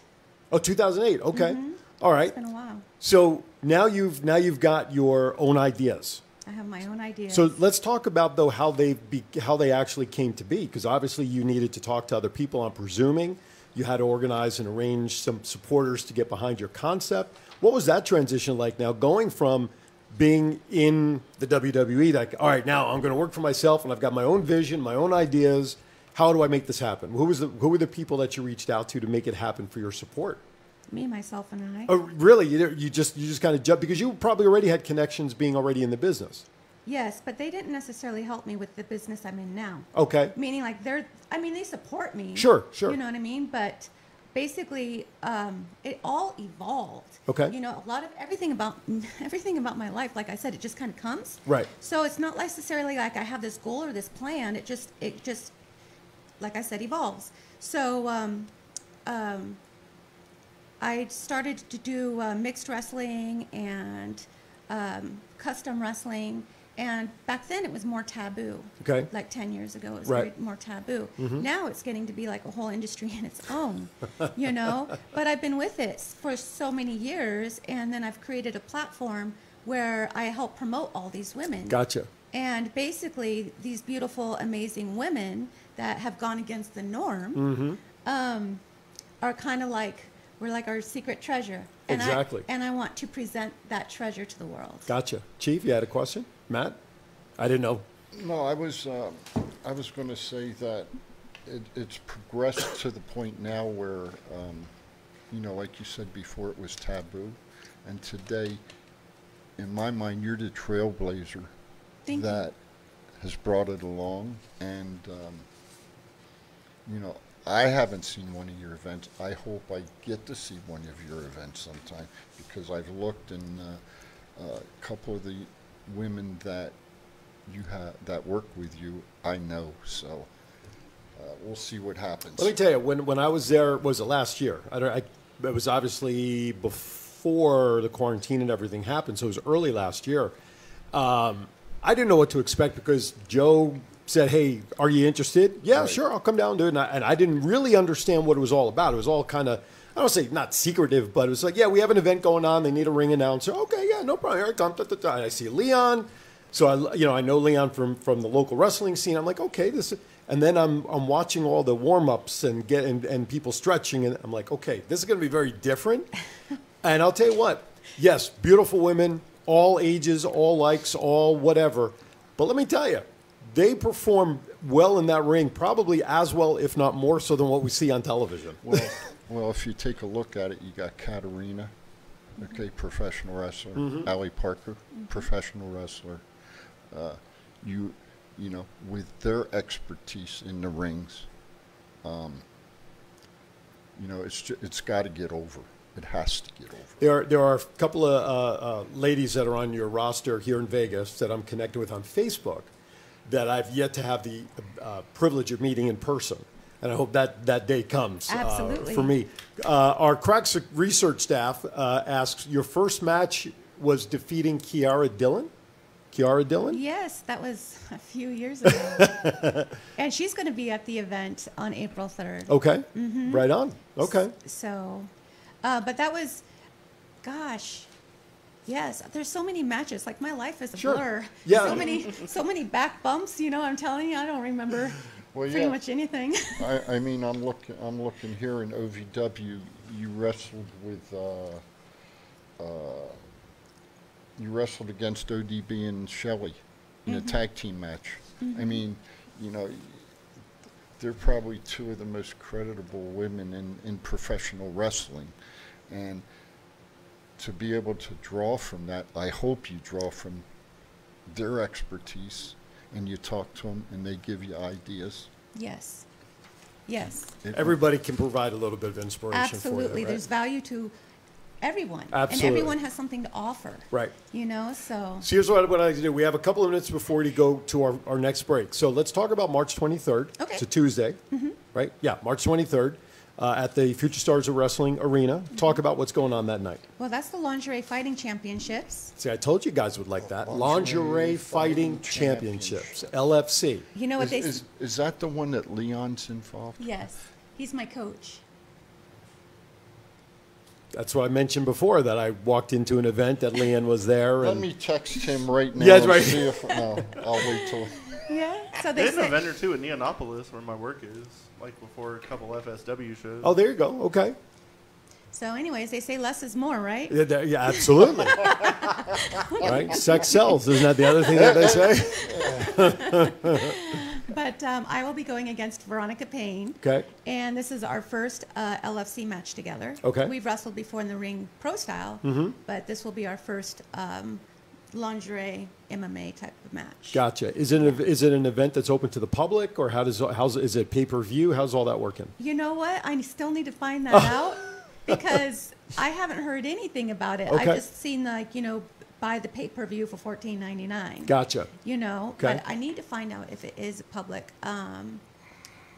S2: Oh, 2008. Okay.
S10: Mm-hmm.
S2: All right.
S10: It's been a while.
S2: So now you've now you've got your own ideas.
S10: I have my own ideas.
S2: So let's talk about though how they be, how they actually came to be because obviously you needed to talk to other people. I'm presuming you had to organize and arrange some supporters to get behind your concept. What was that transition like? Now going from being in the WWE, like all right, now I'm going to work for myself and I've got my own vision, my own ideas. How do I make this happen? Who was the who were the people that you reached out to to make it happen for your support?
S10: Me, myself, and I.
S2: Oh, really? You, you just you just kind of jumped because you probably already had connections being already in the business.
S10: Yes, but they didn't necessarily help me with the business I'm in now.
S2: Okay.
S10: Meaning, like, they're, I mean, they support me.
S2: Sure, sure.
S10: You know what I mean? But basically, um, it all evolved.
S2: Okay.
S10: You know, a lot of everything about, everything about my life, like I said, it just kind of comes.
S2: Right.
S10: So it's not necessarily like I have this goal or this plan. It just, it just, like I said, evolves. So, um, um, I started to do uh, mixed wrestling and um, custom wrestling. And back then it was more taboo.
S2: Okay.
S10: Like 10 years ago, it was
S2: Right.
S10: very- more taboo.
S2: Mhm.
S10: Now it's getting to be like a whole industry in its own, you know? But I've been with it for so many years. And then I've created a platform where I help promote all these women.
S2: Gotcha.
S10: And basically, these beautiful, amazing women that have gone against the norm
S2: Mm-hmm.
S10: um, are kind of like we're like our secret treasure. And
S2: Exactly.
S10: I, and I want to present that treasure to the world.
S2: Gotcha. Chief, you had a question? Matt? I didn't know.
S5: No, I was, um, I was going to say that it, it's progressed to the point now where, um, you know, like you said before, it was taboo, and today, in my mind, you're the trailblazer
S10: Thank you.
S5: that has brought it along, and um, you know, I haven't seen one of your events. I hope I get to see one of your events sometime because I've looked and uh, a couple of the women that you have that work with you, I know. So uh, we'll see what happens.
S2: Let me tell you, when, when I was there, was it last year? I don't, I, it was obviously before the quarantine and everything happened, so it was early last year. Um, I didn't know what to expect because Joe said, Hey, are you interested? Yeah, sure, I'll come down and do it. And I, and I didn't really understand what it was all about. It was all kind of, I don't say not secretive, but it was like, Yeah, we have an event going on. They need a ring announcer. Okay, yeah, no problem. Here I come. Da, da, da. And I see Leon. So I, you know, I know Leon from from the local wrestling scene. I'm like, okay, this. And then I'm I'm watching all the warm ups and get and, and people stretching, and I'm like, okay, this is going to be very different. and I'll tell you what, yes, beautiful women, all ages, all likes, all whatever. But let me tell you, they perform well in that ring, probably as well, if not more so, than what we see on television.
S5: Well, well, if you take a look at it, you got Katarina, okay, professional wrestler.
S2: Mhm.
S5: Ali Parker,
S2: Mhm.
S5: professional wrestler. Uh, you, you know, with their expertise in the rings, um, you know, it's ju- it's got to get over. It has to get over.
S2: There are, there are a couple of uh, uh, ladies that are on your roster here in Vegas that I'm connected with on Facebook that I've yet to have the uh, privilege of meeting in person. And I hope that, that day comes uh,
S11: Absolutely.
S2: for me. Uh, our Cracks research staff uh, asks Your first match was defeating Kiara Dillon? Kiara Dillon?
S10: Yes, that was a few years ago. and she's going to be at the event on April 3rd.
S2: Okay.
S10: Mhm.
S2: Right on. Okay.
S10: So, uh, but that was, gosh, yes. There's so many matches. Like my life is a
S5: Sure.
S10: blur.
S5: Yeah.
S10: So many, so many back bumps. You know, I'm telling you, I don't remember
S5: Well,
S10: pretty
S5: yeah.
S10: much anything.
S5: I, I mean, I'm looking. I'm looking here in OVW. You wrestled with. Uh, uh, you wrestled against ODB and Shelley in a
S11: Mhm.
S5: tag team match. I
S11: Mhm.
S5: mean, you know, they're probably two of the most creditable women in, in professional wrestling, and to be able to draw from that, I hope you draw from their expertise, and you talk to them, and they give you ideas.
S10: yes. Yes.
S2: Everybody can provide a little bit of inspiration for
S10: Absolutely.
S2: you. right?
S10: There's value to everyone.
S2: Absolutely.
S10: And everyone has something to offer.
S2: Right.
S10: You know, so.
S2: So here's what, what I like to do. We have a couple of minutes before we go to our, our next break. So let's talk about March 23rd.
S10: Okay.
S2: It's a Tuesday,
S10: Mhm.
S2: right? Yeah, March 23rd uh, at the Future Stars of Wrestling Arena. Talk about what's going on that night.
S10: Well, that's the lingerie fighting championships.
S2: See, I told you guys would like that. Lingerie, Fighting Championships, LFC.
S10: You know what
S5: is,
S10: they
S5: Is,
S10: s-
S5: is that the one that Leon's involved?
S10: Yes, he's my coach.
S2: That's what I mentioned before that I walked into an event that Leanne was there.
S5: Let
S2: and
S5: me text him right now.
S2: Yeah, that's
S5: and
S2: right.
S5: See if, no, I'll wait till.
S10: Yeah. So
S3: they
S10: they
S3: had an
S10: said,
S3: event or two in Neonopolis where my work is, like before a couple FSW shows.
S2: Oh, there you go. Okay.
S10: so anyways, they say less is more, right?
S2: Yeah, there- yeah, absolutely. right? Sex sells. Isn't that the other thing that they say?
S10: But um, I will be going against Veronica Payne.
S2: okay.
S10: And this is our first uh, LFC match together.
S2: Okay.
S10: We've wrestled before in the ring pro style,
S2: Mhm.
S10: but this will be our first um, lingerie MMA type of match.
S2: Gotcha. Is it, an, is it an event that's open to the public, or how does how's is it pay per view? How's all that working?
S10: You know what? I still need to find that out because I haven't heard anything about it. I've
S2: Okay.
S10: just seen like you know buy the pay per view for fourteen ninety nine.
S2: Gotcha.
S10: You know,
S2: Okay.
S10: but I need to find out if it is public. Um,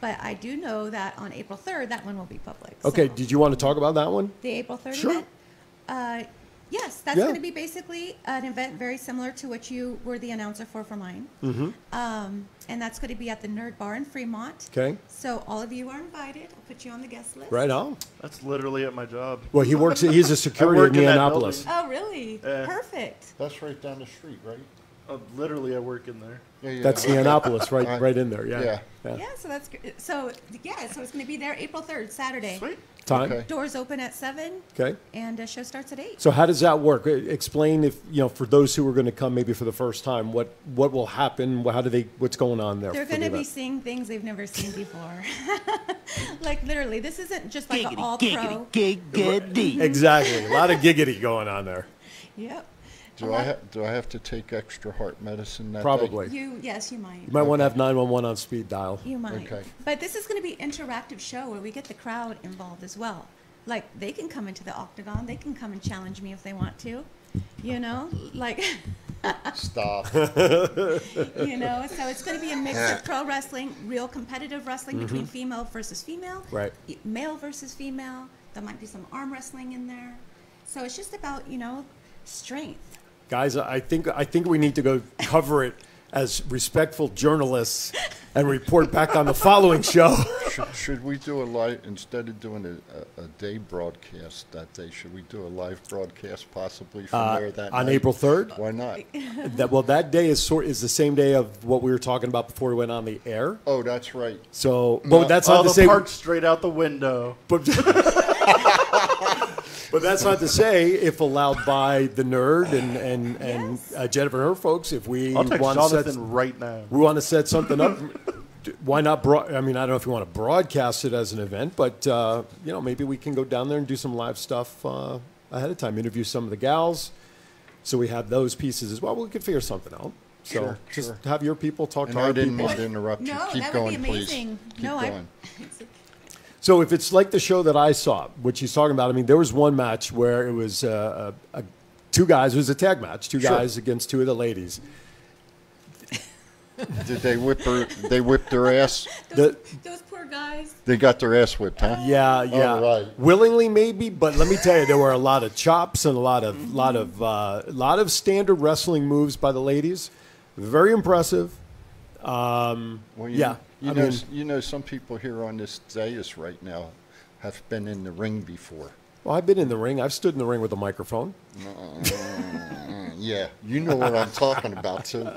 S10: but I do know that on April third, that one will be public.
S2: Okay.
S10: so-
S2: Did you want to talk about that one?
S10: the April third
S2: Sure.
S10: event. Uh, yes, that's
S2: Yeah.
S10: going to be basically an event very similar to what you were the announcer for for mine.
S2: Mm-hmm.
S10: Um, and that's going to be at the Nerd Bar in Fremont.
S2: Okay.
S10: So all of you are invited. I'll put you on the guest list.
S2: Right on.
S3: That's literally at my job.
S2: Well, he works- he's a security
S3: I work
S2: at
S3: in that
S2: Neonopolis.
S10: Oh, really?
S3: Uh,
S10: Perfect.
S5: That's right down the street, right?
S3: building. Uh, literally, I work in there.
S2: That's Neonopolis, right?
S5: I-
S2: right in there. Yeah.
S5: yeah.
S10: Yeah, so that's gr- so yeah, so it's going to be there April third, Saturday. Sweet.
S2: Time? Okay.
S10: Doors open at seven,
S2: Okay.
S10: and uh, show starts at eight.
S2: So how does that work? E- Explain if you know for those who are going to come maybe for the first time, what what will happen? How do they? What's going on there?
S10: They're
S2: for the
S10: going to be
S2: event?
S10: seeing things they've never seen before. like literally, this isn't just like an
S2: Giggity,
S10: all pro.
S2: Exactly. A lot of giggity going on there.
S10: Yep.
S5: Do I ha- do I have to take extra heart medicine? That day?
S2: Probably.
S10: You yes, you might.
S2: You might want to have nine one one on speed dial.
S10: You might. But this is going to be interactive show where we get the crowd involved as well. Like they can come into the octagon, they can come and challenge me if they want to. You know, like
S5: Stop.
S10: you know, so it's going to be a mix of pro wrestling, real competitive wrestling between
S5: Mm-hmm.
S2: Mhm.
S10: female versus female,
S2: Right.
S10: y- male versus female. There might be some arm wrestling in there. So it's just about, you know, strength.
S2: Guys, I think I think we need to go cover it as respectful journalists and report back on the following show.
S5: should, should we do a live instead of doing a, a, a day broadcast that day? Should we do a live broadcast possibly from
S2: Uh,
S5: there that
S2: on
S5: night?
S2: April 3rd?
S5: Why not?
S2: that, well, that day is sort is the same day of what we were talking about before we went on the air.
S5: Oh, Mm. that's right.
S2: So, but that's not
S3: All
S2: to
S3: the
S2: say.
S3: parts straight out the window.
S2: But, But that's not to say, if allowed by the nerd and and and uh, Jennifer and her folks, if we
S3: I'll text
S2: want to set
S3: Jonathan right now.
S2: we want to set something up. d- Why not? Broad, I mean, I don't know if you want to broadcast it as an event, but uh, you know, maybe we can go down there and do some live stuff uh, ahead of time. Interview some of the gals, so we have those pieces as well. We could figure something out. So
S5: Sure,
S2: just
S5: sure.
S2: have your people talk
S5: And
S2: to
S5: I
S2: our
S5: didn't
S2: people.
S5: mean to interrupt you.
S10: No,
S5: Keep
S10: that
S5: going,
S10: would be amazing.
S5: please. Keep
S10: no,
S5: going.
S10: I.
S2: So if it's like the show that I saw, what she's talking about, I mean, there was one match where it was uh, a, a, two guys. It was a tag match, two
S5: Sure.
S2: guys against two of the ladies.
S5: Did they whip her? They whipped their ass.
S2: The,
S10: Those poor guys.
S5: They got their ass whipped, huh?
S2: Yeah, yeah.
S5: Oh, right.
S2: Willingly, maybe, but let me tell you, there were a lot of chops and a lot of lot of uh, lot of standard wrestling moves by the ladies. Very impressive. Um,
S5: Well, you,
S2: yeah,
S5: You
S2: I
S5: know,
S2: mean,
S5: you know, some people here on this dais right now have been in the ring before.
S2: well, I've been in the ring. I've stood in the ring with a microphone.
S5: Mm, Yeah, you know what I'm talking about too.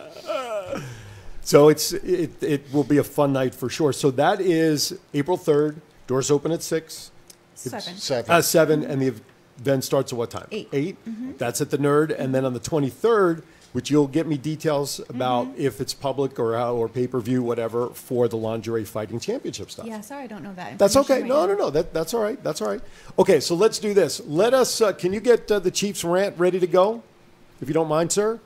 S2: So it's it, it will be a fun night for sure. So that is April third. Doors open at six.
S9: Seven.
S5: Seven.
S2: Uh, seven, and the event starts at what time?
S10: 8
S2: That's at the Nerd, and then on the twenty third, which you'll get me details about if it's public or how, or pay per view, whatever, for the lingerie fighting championship stuff.
S10: Yeah, sorry, I don't know that.
S2: That's okay.
S10: information
S2: No,
S10: right
S2: no,
S10: now.
S2: no. That, that's all right. That's all right. Okay, so let's do this. Let us. Uh, can you get uh, the Chiefs rant ready to go, if you don't mind, sir?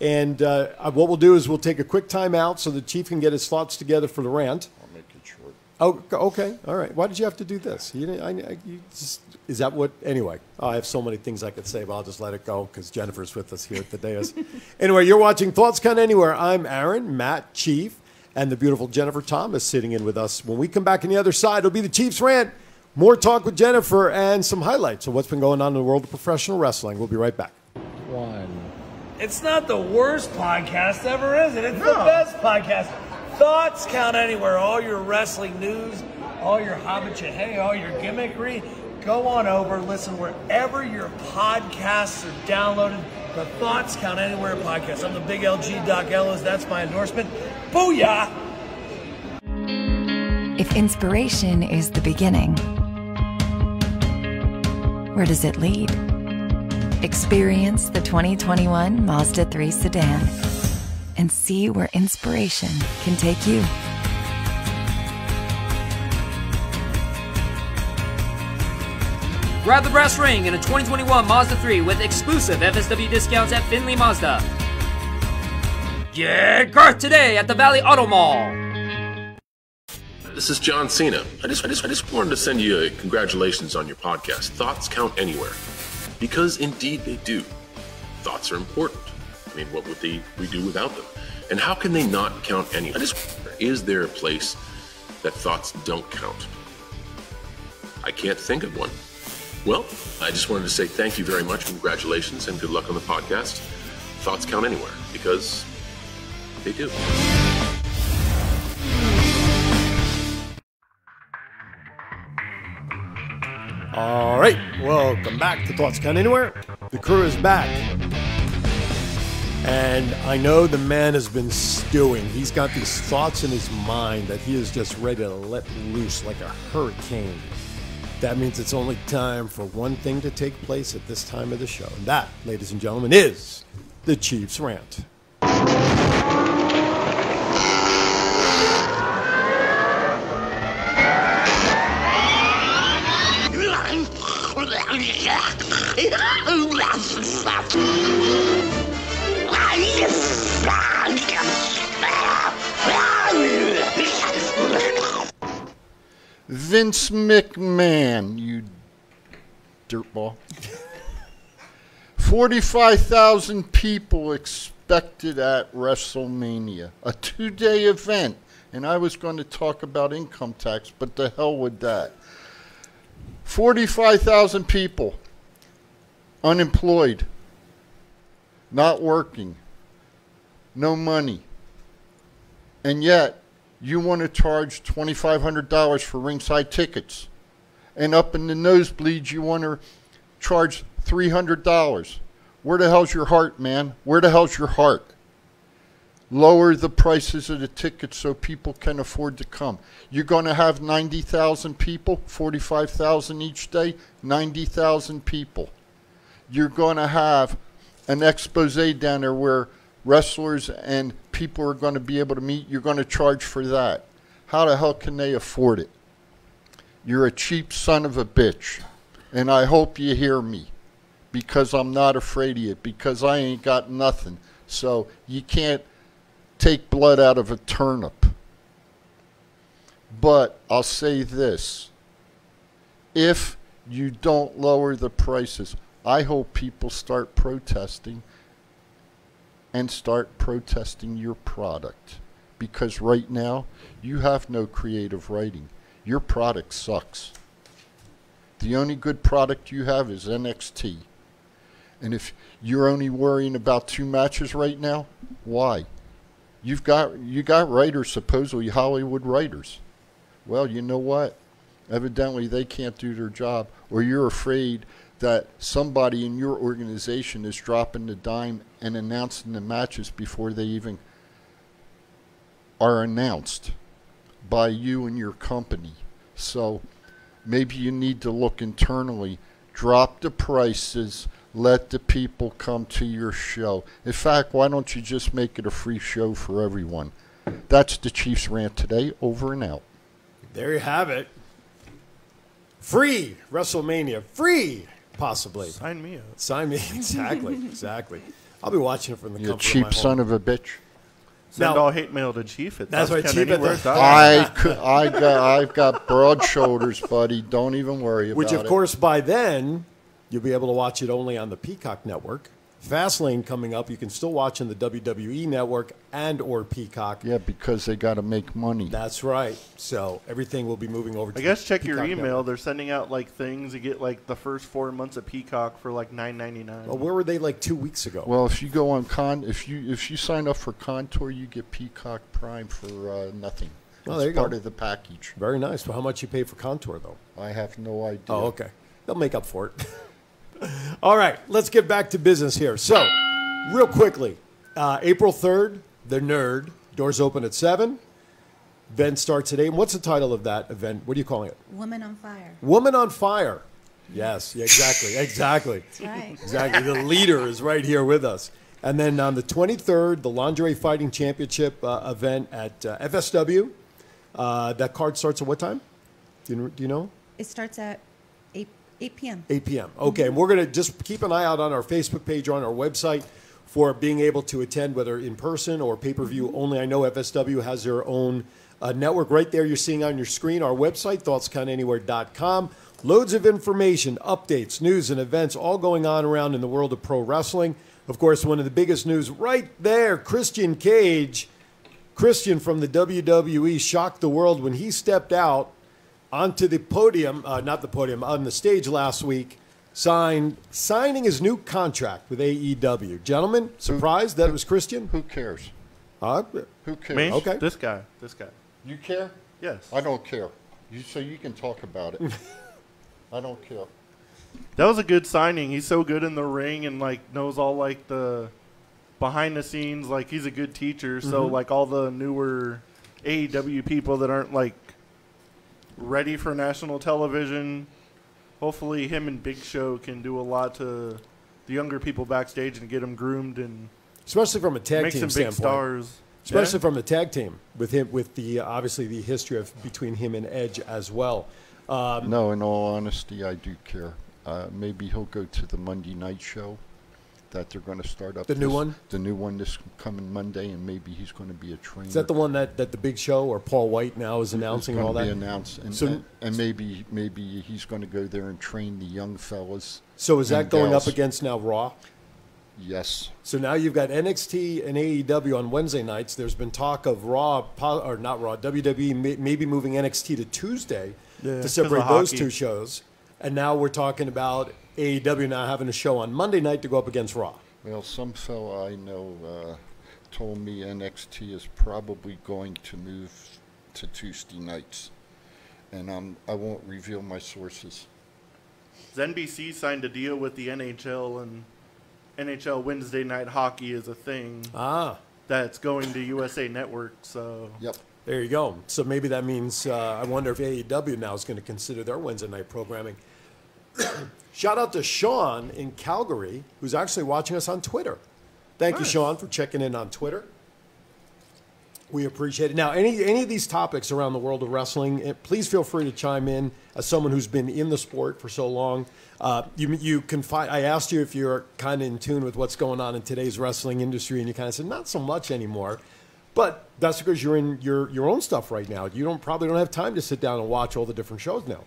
S2: And uh, uh, what we'll do is we'll take a quick time out so the chief can get his thoughts together for the rant.
S5: I'll make it short.
S2: Oh, c- okay. All right. Why did you have to do this? You, didn't- I, I- you just, is that what? Anyway, oh, I have so many things I could say, but I'll just let it go because Jennifer's with us here at the dais. anyway, you're watching Thoughts Count Anywhere. I'm Aaron, Matt Chief, and the beautiful Jennifer Thomas sitting in with us. When we come back on the other side, it'll be the Chiefs rant, more talk with Jennifer, and some highlights of what's been going on in the world of professional wrestling. We'll be right back.
S8: It's not the worst podcast ever, is it? It's the best podcast. Thoughts count anywhere. All your wrestling news, all your hobbit hey, all your gimmickry. Go on over, listen wherever your podcasts are downloaded. The Thoughts Count Anywhere podcast. I'm the big LG Doc Ellis. That's my endorsement. Booyah!
S6: If inspiration is the beginning, where does it lead? Experience the 2021 Mazda 3 sedan and see where inspiration can take you.
S7: Grab the brass ring in a 2021 Mazda 3 with exclusive FSW discounts at Finley Mazda. Get Garth today at the Valley Auto Mall.
S1: This is John Cena. I just, I just, I just wanted to send you a congratulations on your podcast. Thoughts count anywhere, because indeed they do. Thoughts are important. I mean, what would they we do without them? And how can they not count anywhere? I just, is there a place that thoughts don't count? I can't think of one. Well, I just wanted to say thank you very much, congratulations, and good luck on the podcast. Thoughts count anywhere because they do.
S2: All right, welcome back to Thoughts Count Anywhere. The crew is back. And I know the man has been stewing. He's got these thoughts in his mind that he is just ready to let loose like a hurricane. That means it's only time for one thing to take place at this time of the show. And that, ladies and gentlemen, is the Chiefs rant.
S5: Vince McMahon, you dirtball. 45,000 people expected at WrestleMania, a two day event. And I was going to talk about income tax, but the hell with that. 45,000 people unemployed, not working, no money. And yet, you want to charge $2,500 for ringside tickets. And up in the nosebleeds, you want to charge $300. Where the hell's your heart, man? Where the hell's your heart? Lower the prices of the tickets so people can afford to come. You're going to have 90,000 people, 45,000 each day, 90,000 people. You're going to have an expose down there where wrestlers and people are going to be able to meet. You're going to charge for that. How the hell can they afford it? You're a cheap son of a bitch. And I hope you hear me because I'm not afraid of it because I ain't got nothing. So you can't take blood out of a turnip. But I'll say this if you don't lower the prices, I hope people start protesting and start protesting your product because right now you have no creative writing. Your product sucks. The only good product you have is NXT. And if you're only worrying about two matches right now, why? You've got you got writers, supposedly Hollywood writers. Well, you know what? Evidently they can't do their job or you're afraid that somebody in your organization is dropping the dime and announcing the matches before they even are announced by you and your company. So maybe you need to look internally, drop the prices, let the people come to your show. In fact, why don't you just make it a free show for everyone? That's the Chiefs rant today. Over and out.
S2: There you have it. Free WrestleMania. Free, possibly.
S3: Sign me up.
S2: Sign me. Exactly. exactly. I'll be watching it from the
S5: You
S2: comfort
S5: cheap
S2: of my home.
S5: son of a bitch.
S3: Send
S2: Now-
S3: all hate mail to Chief at
S2: That's right,
S3: Thoughts
S2: Chief at
S3: Anywhere.
S2: the-
S5: I, could, I got, I've got broad shoulders, buddy. Don't even worry about
S2: Which, of
S5: it.
S2: course, by then, you'll be able to watch it only on the Peacock Network. Fastlane coming up. You can still watch on the WWE Network and or Peacock.
S5: Yeah, because they got to make money.
S2: That's right. So everything will be moving over to
S3: I guess
S2: the
S3: check your
S2: Peacock
S3: email.
S2: Network.
S3: They're sending out like things. You get like the first four months of Peacock for like nine ninety nine.
S2: Well, where were they like two weeks ago?
S5: Well, if you go on con, if you if you sign up for Contour, you get Peacock Prime for uh, nothing.
S2: Oh,
S5: it's
S2: there you go.
S5: part of the package.
S2: Very nice. Well, how much you pay for Contour, though?
S5: I have no idea.
S2: Oh, okay. They'll make up for it. All right, let's get back to business here. So, real quickly, uh, April 3rd, The Nerd. Doors open at 7. Event starts at 8. And what's the title of that event? What are you calling it?
S10: Woman on fire.
S2: Woman on Fire. Yes, yeah, exactly, exactly.
S10: That's right.
S2: Exactly. The leader is right here with us. And then on the 23rd, the Lingerie Fighting Championship uh, event at uh, FSW. Uh, that card starts at what time? Do you, do you know?
S9: It starts at 8, 8 p.m.
S2: 8 p.m. Okay, and we're going to just keep an eye out on our Facebook page or on our website for being able to attend, whether in person or pay per view only. I know FSW has their own uh, network right there you're seeing on your screen, our website, thoughtscountanywhere.com. Loads of information, updates, news, and events all going on around in the world of pro wrestling. Of course, one of the biggest news right there Christian Cage. Christian from the WWE shocked the world when he stepped out onto the podium, uh, not the podium, on the stage last week, signed signing his new contract with AEW. Gentlemen, surprised that it was Christian?
S5: Who cares?
S2: Uh,
S5: Who cares?
S3: Me?
S2: Okay.
S3: This guy. This guy.
S5: You care?
S3: Yes.
S5: I don't care. You so you can talk about it. I don't care.
S3: That was a good signing. He's so good in the ring and like knows all like the behind the scenes. Like he's a good teacher. So
S2: Mm-hmm.
S3: like all the newer AEW people that aren't like ready for national television. Hopefully, him and Big Show can do a lot to the younger people backstage and get them groomed and
S2: especially from a tag
S3: make
S2: team
S3: some big
S2: standpoint.
S3: stars.
S2: Especially
S3: Yeah?
S2: from the tag team with him, with the uh, obviously the history of between him and Edge as well. Um,
S5: No, in all honesty, I do care. Uh, maybe he'll go to the Monday night show that they're going to start up.
S2: The new
S5: this-
S2: one?
S5: The new one this coming Monday, and maybe he's going to be a trainer.
S2: is that the one that, that the Big Show or Paul White now is announcing and all that?
S5: Be announced, and,
S2: So-
S5: and, and maybe maybe he's going to go there and train the young fellas.
S2: so is that
S5: and
S2: going
S5: gals.
S2: up against now Raw?
S5: Yes,
S2: So now you've got NXT and AEW on Wednesday nights. There's been talk of Raw, po- or not Raw, WWE may, maybe moving NXT to Tuesday
S3: Yeah, 'cause
S2: to
S3: of
S2: separate those
S3: hockey.
S2: two shows. And now we're talking about AEW now having a show on Monday night to go up against Raw.
S5: Well, some fella I know uh, told me NXT is probably going to move to Tuesday nights, and um, I won't reveal my sources.
S3: NBC signed a deal with the NHL, and NHL Wednesday Night Hockey is a thing.
S2: Ah.
S3: That's going to USA Network. So
S5: Yep.
S2: There you go. So maybe that means uh, I wonder if AEW now is going to consider their Wednesday night programming. Shout out to Sean in Calgary, who's actually watching us on Twitter. Thank you, Sean, for checking in on Twitter. We appreciate it. Now, any any of these topics around the world of wrestling, eh, please feel free to chime in. As someone who's been in the sport for so long, uh, you you can find. I asked you if you're kind of in tune with what's going on in today's wrestling industry, and you kind of said not so much anymore. But that's because you're in your your own stuff right now. You don't probably don't have time to sit down and watch all the different shows now.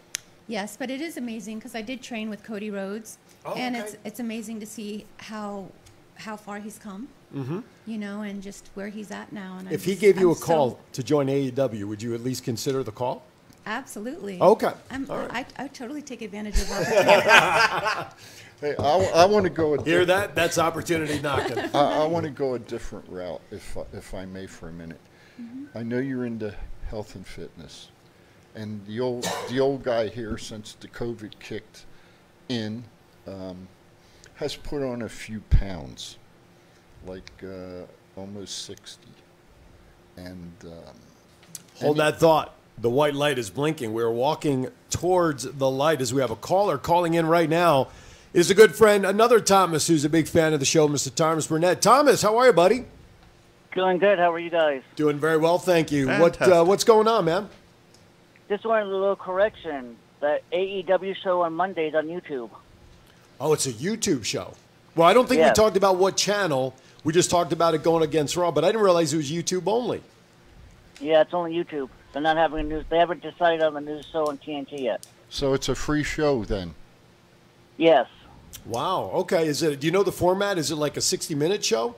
S10: Yes, but it is amazing because I did train with Cody Rhodes,
S2: Oh,
S10: and
S2: okay.
S10: it's it's amazing to see how how far he's come,
S2: Mm-hmm.
S10: you know, and just where he's at now. And I'm
S2: If he
S10: just-
S2: gave you
S10: I'm
S2: a call
S10: so-
S2: to join AEW, would you at least consider the call?
S10: absolutely.
S2: Okay.
S10: I'm,
S2: All right.
S10: I, I totally take advantage of opportunities.
S5: Hey, I, I want to go. A
S2: Hear that? That's opportunity knocking.
S5: I, I want to go a different route, if I- if I may, for a minute. I know you're into health and fitness, and the old the old guy here, since the COVID kicked in, um, has put on a few pounds, like uh, almost sixty, and. Um,
S2: Hold that thought. The white light is blinking. We're walking towards the light as we have a caller calling in right now. Is a good friend, another Thomas, who's a big fan of the show, Mr. Thomas Burnett. Thomas, how are you, buddy?
S11: Doing good. How are you guys?
S2: Doing very well, thank you. What uh, what's going on, man?
S11: Just wanted a little correction. The AEW show on Mondays on YouTube.
S2: Oh, it's a YouTube show. Well, I don't think
S11: Yeah.
S2: we talked about what channel. We just talked about it going against Raw, but I didn't realize it was YouTube only.
S11: Yeah, it's only YouTube. They're not having a news. They haven't decided on the news show on TNT yet.
S5: so it's a free show then.
S11: Yes.
S2: Wow. Okay. Is it? Do you know the format? Is it like a sixty-minute show?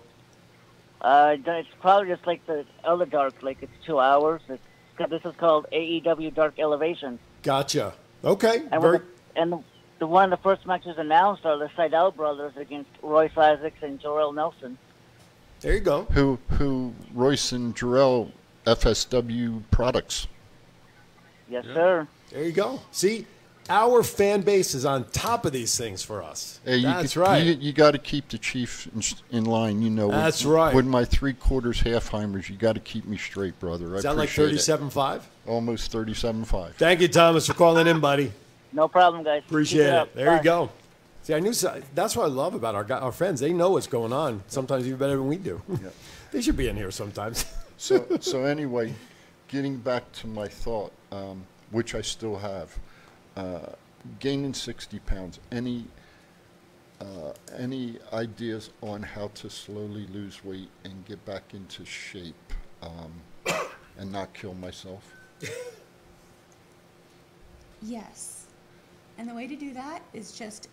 S11: Uh, it's probably just like the other dark. Like it's two hours. It's, this is called AEW Dark Elevation.
S2: Gotcha. Okay.
S11: And
S2: Very.
S11: we're- And the, the one of the first matches announced are the Seidel brothers against Royce Isaacs and Jorel Nelson.
S2: There you go.
S5: Who who Royce and Jarrell FSW products.
S11: Yes, sir.
S2: There you go. See, our fan base is on top of these things for us.
S5: Hey, Uh, you
S2: That's
S5: could-
S2: right.
S5: You, got to keep the chief in, in line. You know. with-
S2: That's right.
S5: With my three quarters halfheimers, you got to keep me straight, brother. I
S2: Sound like
S5: appreciate it.
S2: 37.5?
S5: Almost thirty-seven five.
S2: Thank you, Thomas, for calling in, buddy.
S11: No problem, guys.
S2: Appreciate
S11: Keep
S2: it.
S11: it up.
S2: There
S11: Bye.
S2: you go. See, I knew so- that's what I love about our guy, our friends. They know what's going on. Sometimes even better than we do. they should be in here sometimes.
S5: So so anyway, getting back to my thought, um, which I still have, uh, gaining sixty pounds. Any uh, any ideas on how to slowly lose weight and get back into shape, um, and not kill myself?
S10: Yes. And the way to do that is just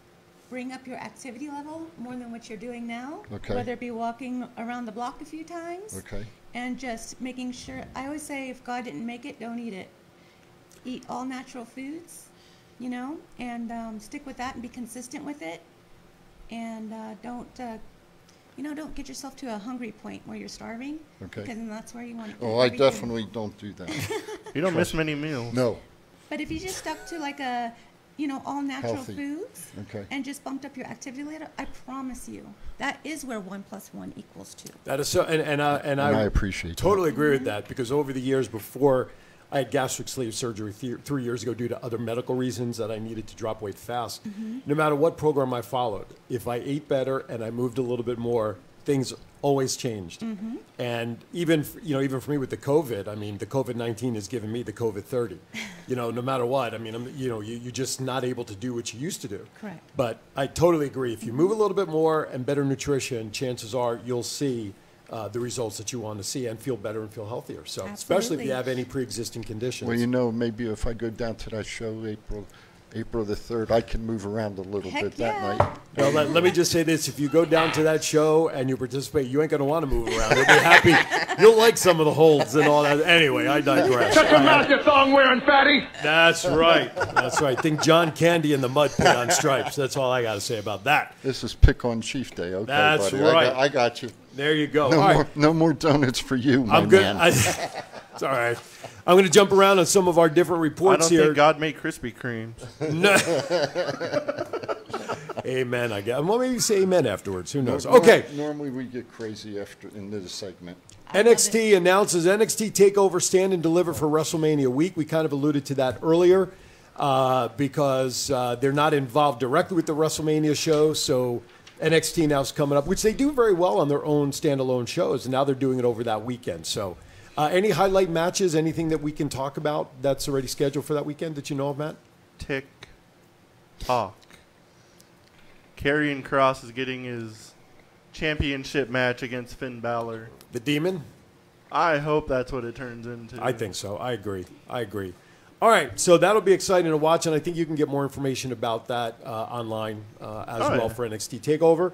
S10: bring up your activity level more than what you're doing now.
S5: Okay.
S10: Whether it be walking around the block a few times.
S5: Okay.
S10: And just making sure, I always say if God didn't make it, don't eat it. Eat all natural foods, you know, and um, stick with that and be consistent with it. And uh, don't, uh, you know, don't get yourself to a hungry point where you're starving.
S5: Okay.
S10: Because then that's where you want to
S5: Oh, I definitely don't do that.
S3: you don't miss
S5: Trust-
S3: many meals.
S5: No.
S10: But if you just stuck to like a, you know, all natural
S5: Healthy.
S10: foods
S5: Okay.
S10: and just bumped up your activity later, I promise you, that is where one plus one equals two.
S2: That is so, and and, uh, and,
S5: And I appreciate that.
S2: totally agree with that because over the years before I had gastric sleeve surgery th- three years ago due to other medical reasons that I needed to drop weight fast.
S12: Mhm.
S2: No matter what program I followed, if I ate better and I moved a little bit more, things always changed.
S12: Mhm.
S2: And even f- you know, even for me with the COVID, I mean, the COVID nineteen has given me the COVID thirty. you know, no matter what, I mean, I'm, you know, you, you're just not able to do what you used to do.
S10: Correct.
S2: But I totally agree. If you move a little bit more and better nutrition, chances are you'll see uh, the results that you want to see and feel better and feel healthier. So, especially if you
S5: Absolutely.
S2: have any pre-existing conditions.
S5: Well, you know, maybe if I go down to that show April, April the third, I can move around a little
S2: Heck
S5: bit that
S2: yeah.
S5: night.
S2: Now, let, let me just say this: if you go down to that show and you participate, you ain't gonna want to move around. You'll be happy. You'll like some of the holds and all that. Anyway, I digress.
S12: Shut your mouth, you thong wearing fatty.
S2: That's right. That's right. Think John Candy in the mud pit on stripes. That's all I got to say about that.
S5: This is pick on Chief Day. Okay,
S2: That's
S5: buddy.
S2: right.
S5: I got, I got you.
S2: There you go.
S5: No
S2: All right.
S5: more, no more donuts for you, my
S2: I'm good.
S5: man.
S2: I, it's all right. I'm going to jump around on some of our different
S3: I
S2: reports
S3: don't
S2: here.
S3: think God made Krispy Kremes.
S2: No. amen. I guess. Well, maybe say amen afterwards. Who knows?
S5: Nor-
S2: Okay.
S5: Normally we get crazy after into the segment.
S2: NXT announces NXT Takeover Stand and Deliver for WrestleMania week. We kind of alluded to that earlier uh, because uh, they're not involved directly with the WrestleMania show. So NXT now is coming up, which they do very well on their own standalone shows, and now they're doing it over that weekend. So, uh, any highlight matches? Anything that we can talk about that's already scheduled for that weekend that you know of, Matt?
S3: Tick tock. Karrion Cross is getting his championship match against Finn Balor.
S2: The Demon.
S3: I hope that's what it turns into.
S2: I think so. I agree. I agree. All right, so that'll be exciting to watch, and I think you can get more information about that uh, online uh, as
S3: Oh,
S2: well
S3: yeah.
S2: for NXT Takeover.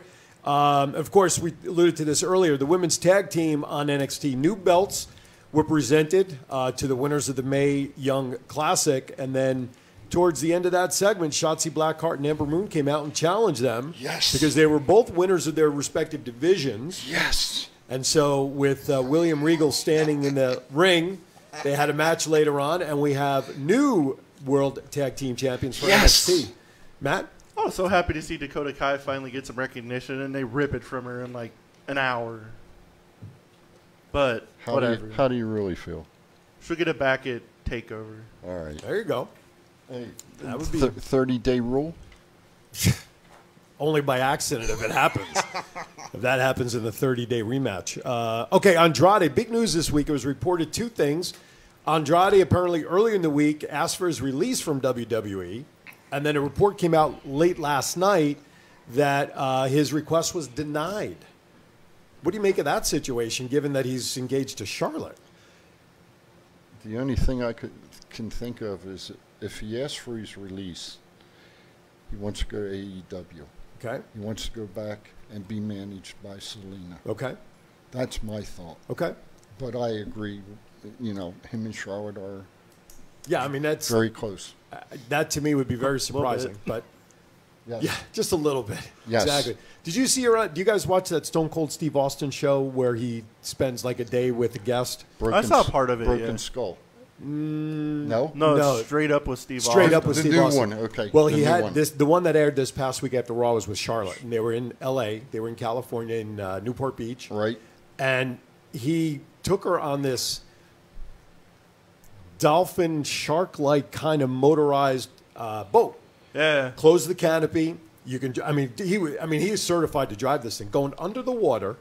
S2: Um, of course, we alluded to this earlier. The women's tag team on NXT new belts were presented uh, to the winners of the May Young Classic, and then towards the end of that segment, Shotzi Blackheart and Amber Moon came out and challenged them.
S5: Yes.
S2: because they were both winners of their respective divisions.
S5: Yes.
S2: And so, with uh, William Regal standing in the ring, they had a match later on, and we have new World Tag Team Champions for NXT. Matt,
S3: Oh, so happy to see Dakota Kai finally get some recognition, and they rip it from her in like an hour. But
S5: How do
S3: whatever,
S5: you, how do you really feel?
S3: she'll get it back at Takeover.
S5: All right.
S2: There you go.
S5: Hey,
S2: That would be-
S5: Thir- thirty day rule.
S2: only by accident if it happens. if that happens in the 30 day rematch. Uh, okay, Andrade, big news this week. It was reported two things. Andrade apparently early in the week asked for his release from WWE, and then a report came out late last night that uh, his request was denied. What do you make of that situation, given that he's engaged to Charlotte?
S5: The only thing I could can think of is if he asks for his release, he wants to E go to AEW.
S2: Okay.
S5: He wants to go back and be managed by Selena.
S2: Okay.
S5: That's my thought.
S2: Okay.
S5: But I agree. You know, him and Charlotte are
S2: Yeah, I mean that's
S5: very close.
S2: Uh, that to me would be very surprising,
S5: bit.
S2: but
S5: Yes.
S2: yeah, just a little bit.
S5: Yes.
S2: Exactly. Did you see around? Do you guys watch that Stone Cold Steve Austin show where he spends like a day with a guest?
S5: Broken s- Broken skull. No?
S3: No, it's straight up with Steve
S2: Straight
S3: Austin.
S2: up with
S5: The
S2: Steve
S5: new
S2: Austin.
S5: one, okay,
S2: Well,
S5: the
S2: he
S5: new
S2: had
S5: one.
S2: this. The one that aired this past week after Raw was with Charlotte, and they were in L.A. They were in California in uh, Newport Beach.
S5: Right.
S2: And he took her on this dolphin shark-like kind of motorized uh, boat.
S3: Yeah.
S2: Close the canopy. You can. I mean, he. wa- I mean, he is certified to drive this thing, going under the water.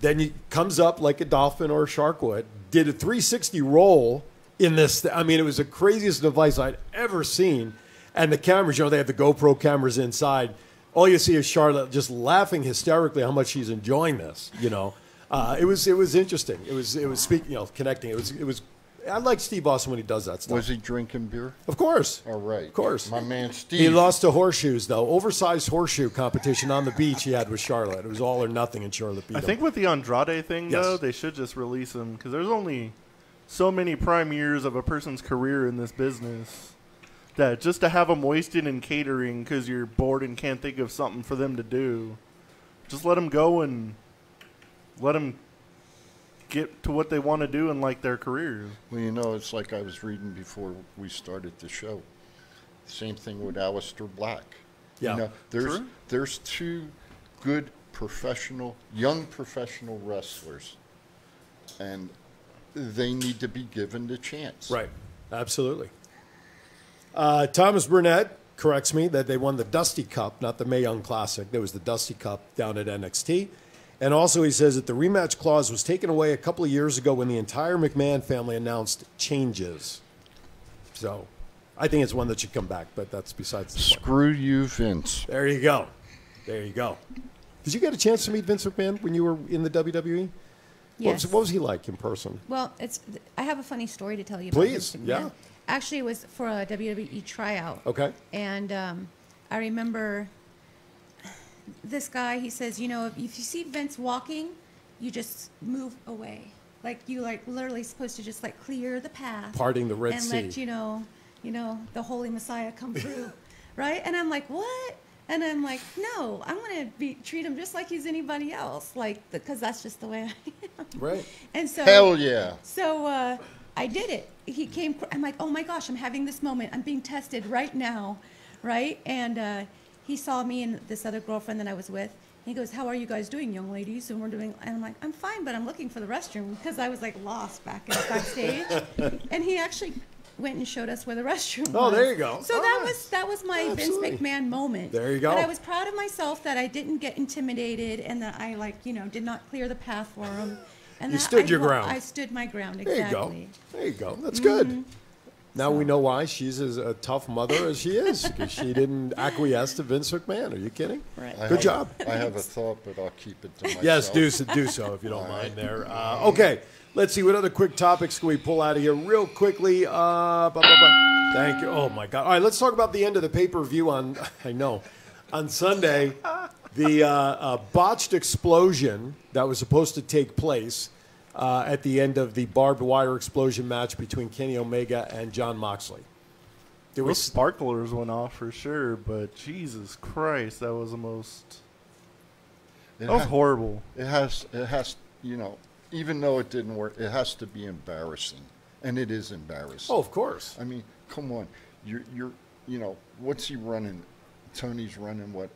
S2: Then he comes up like a dolphin or a shark would. Did a 360 roll in this. thi- I mean, it was the craziest device I'd ever seen. And the cameras, you know, they have the GoPro cameras inside. All you see is Charlotte just laughing hysterically how much she's enjoying this. You know, uh, it was it was interesting. It was it was speaking, you know, connecting. It was it was. I like Steve Austin when he does that stuff.
S5: Was he drinking beer?
S2: Of course.
S5: All right.
S2: Of course.
S5: My man Steve.
S2: He lost to horseshoes though. Oversized horseshoe competition on the beach he had with Charlotte. It was all or nothing, and Charlotte beat
S3: I
S2: him.
S3: think with the Andrade thing
S2: Yes.
S3: though, they should just release him because there's only so many prime years of a person's career in this business that just to have them wasted in catering because you're bored and can't think of something for them to do, just let them go and let them get to what they want to do in like their career.
S5: Well, you know, it's like I was reading before we started the show. Same thing with Alistair Black.
S2: Yeah.
S5: You know, there's
S2: True.
S5: there's two good professional, young professional wrestlers, and they need to be given the chance.
S2: Right. Absolutely. Uh, Thomas Burnett corrects me that they won the Dusty Cup, not the Mae Young Classic. There was the Dusty Cup down at NXT. And also, he says that the rematch clause was taken away a couple of years ago when the entire McMahon family announced changes. So I think it's one that should come back, but that's besides the point.
S5: Screw you, Vince.
S2: There you go. There you go. Did you get a chance to meet Vince McMahon when you were in the WWE? What was-
S10: Yes.
S2: what was he like in person?
S10: Well, it's. I have a funny story to tell you.
S2: Please,
S10: about Vince
S2: yeah.
S10: McMahon. Actually, it was for a WWE tryout.
S2: Okay.
S10: And um, I remember this guy. He says, you know, if, if you see Vince walking, you just move away. Like you like literally supposed to just like clear the path.
S2: Parting the Red
S10: and let
S2: Sea.
S10: you know, you know, the Holy Messiah come through, right? And I'm like, what? And I'm like, no, I'm gonna be, treat him just like he's anybody else, like because that's just the way I am.
S2: Right.
S10: And so
S5: Hell yeah.
S10: So uh, I did it. He came. cr- I'm like, oh my gosh, I'm having this moment. I'm being tested right now, right? And uh, he saw me and this other girlfriend that I was with. He goes, how are you guys doing, young ladies? And we're doing. And I'm like, I'm fine, but I'm looking for the restroom because I was like lost back in backstage. and he actually went and showed us where the restroom
S2: Oh,
S10: was.
S2: there you go.
S10: So
S2: All
S10: that
S2: right.
S10: was that was my
S2: Absolutely.
S10: Vince McMahon moment.
S2: There you go.
S10: And I was proud of myself that I didn't get intimidated and that I like you know did not clear the path for him. And
S2: You
S10: that
S2: stood
S10: I
S2: your
S10: wa-
S2: ground.
S10: I stood my ground.
S2: There
S10: Exactly. Mm-hmm.
S2: you go. There you go. That's good. Now we know why she's as a tough mother as she is because she didn't acquiesce to Vince McMahon. Are you kidding?
S5: I
S2: Good
S5: have-
S2: job.
S5: I have a thought, but I'll keep it to myself.
S2: Yes, do so, do so if you don't mind. There. Uh, okay, let's see what other quick topics can we pull out of here real quickly. Uh, blah, blah, blah. Thank you. Oh my God! All right, let's talk about the end of the pay per view on. I know, on Sunday, the uh, uh, botched explosion that was supposed to take place uh, at the end of the barbed wire explosion match between Kenny Omega and John Moxley. There
S3: Those
S2: was
S3: sparklers went off for sure, but Jesus Christ, that was the most.
S5: It
S3: that was
S5: ha-
S3: horrible.
S5: It has, it has, you know, even though it didn't work, it has to be embarrassing, and it is embarrassing.
S2: Oh, of course.
S5: I mean, come on, you're, you're, you know, what's he running? Tony's running what,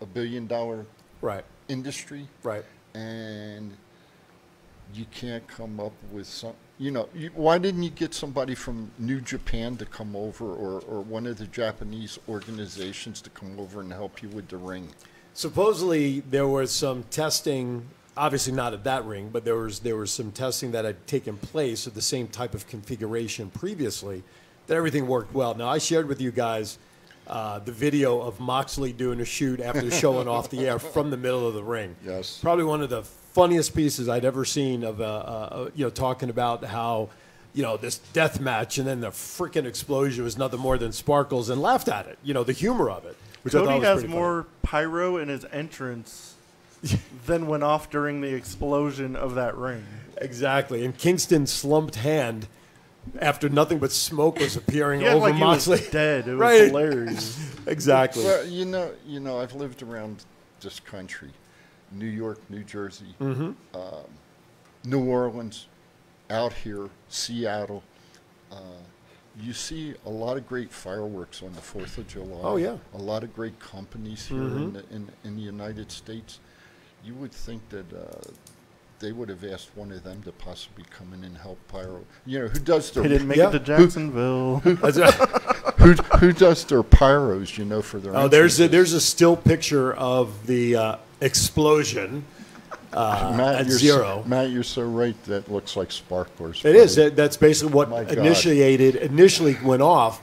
S5: a billion dollar,
S2: right,
S5: industry,
S2: right,
S5: and you can't come up with some. You know, you, why didn't you get somebody from New Japan to come over, or, or one of the Japanese organizations to come over and help you with the ring?
S2: Supposedly there was some testing, obviously not at that ring, but there was there was some testing that had taken place of the same type of configuration previously, that everything worked well. Now I shared with you guys uh, the video of Moxley doing a shoot after showing off the air from the middle of the ring. Yes, probably one of the funniest pieces I'd ever seen of uh, uh, you know talking about how. You know this death match, and then the freaking explosion was nothing more than sparkles, and laughed at it. You know the humor of it, which I thought
S3: Cody
S2: was
S3: has
S2: pretty funny.
S3: more pyro in his entrance than went off during the explosion of that ring.
S2: Exactly. And Kingston's slumped hand after nothing but smoke was appearing
S3: He acted
S2: over
S3: like he was
S2: Moxley.
S3: dead. It was
S2: right.
S3: hilarious.
S2: exactly.
S5: Well, you know, you know, I've lived around this country, New York, New Jersey,
S2: Mhm.
S5: um, New Orleans, out here, Seattle. Uh, you see a lot of great fireworks on the Fourth of July.
S2: Oh, yeah.
S5: a lot of great companies here
S2: Mhm.
S5: in, the, in in the United States. You would think that. Uh, they would have asked one of them to possibly come in and help pyro. You know who does the
S3: He didn't make it
S5: who-
S3: to Jacksonville.
S5: who who does their pyros, you know, for their
S2: Oh, there's a, there's a still picture of the uh, explosion uh, at
S5: you're
S2: zero.
S5: So, Matt, you're so right. That looks like sparklers.
S2: It is. That, that's basically what
S5: My God.
S2: initiated initially went off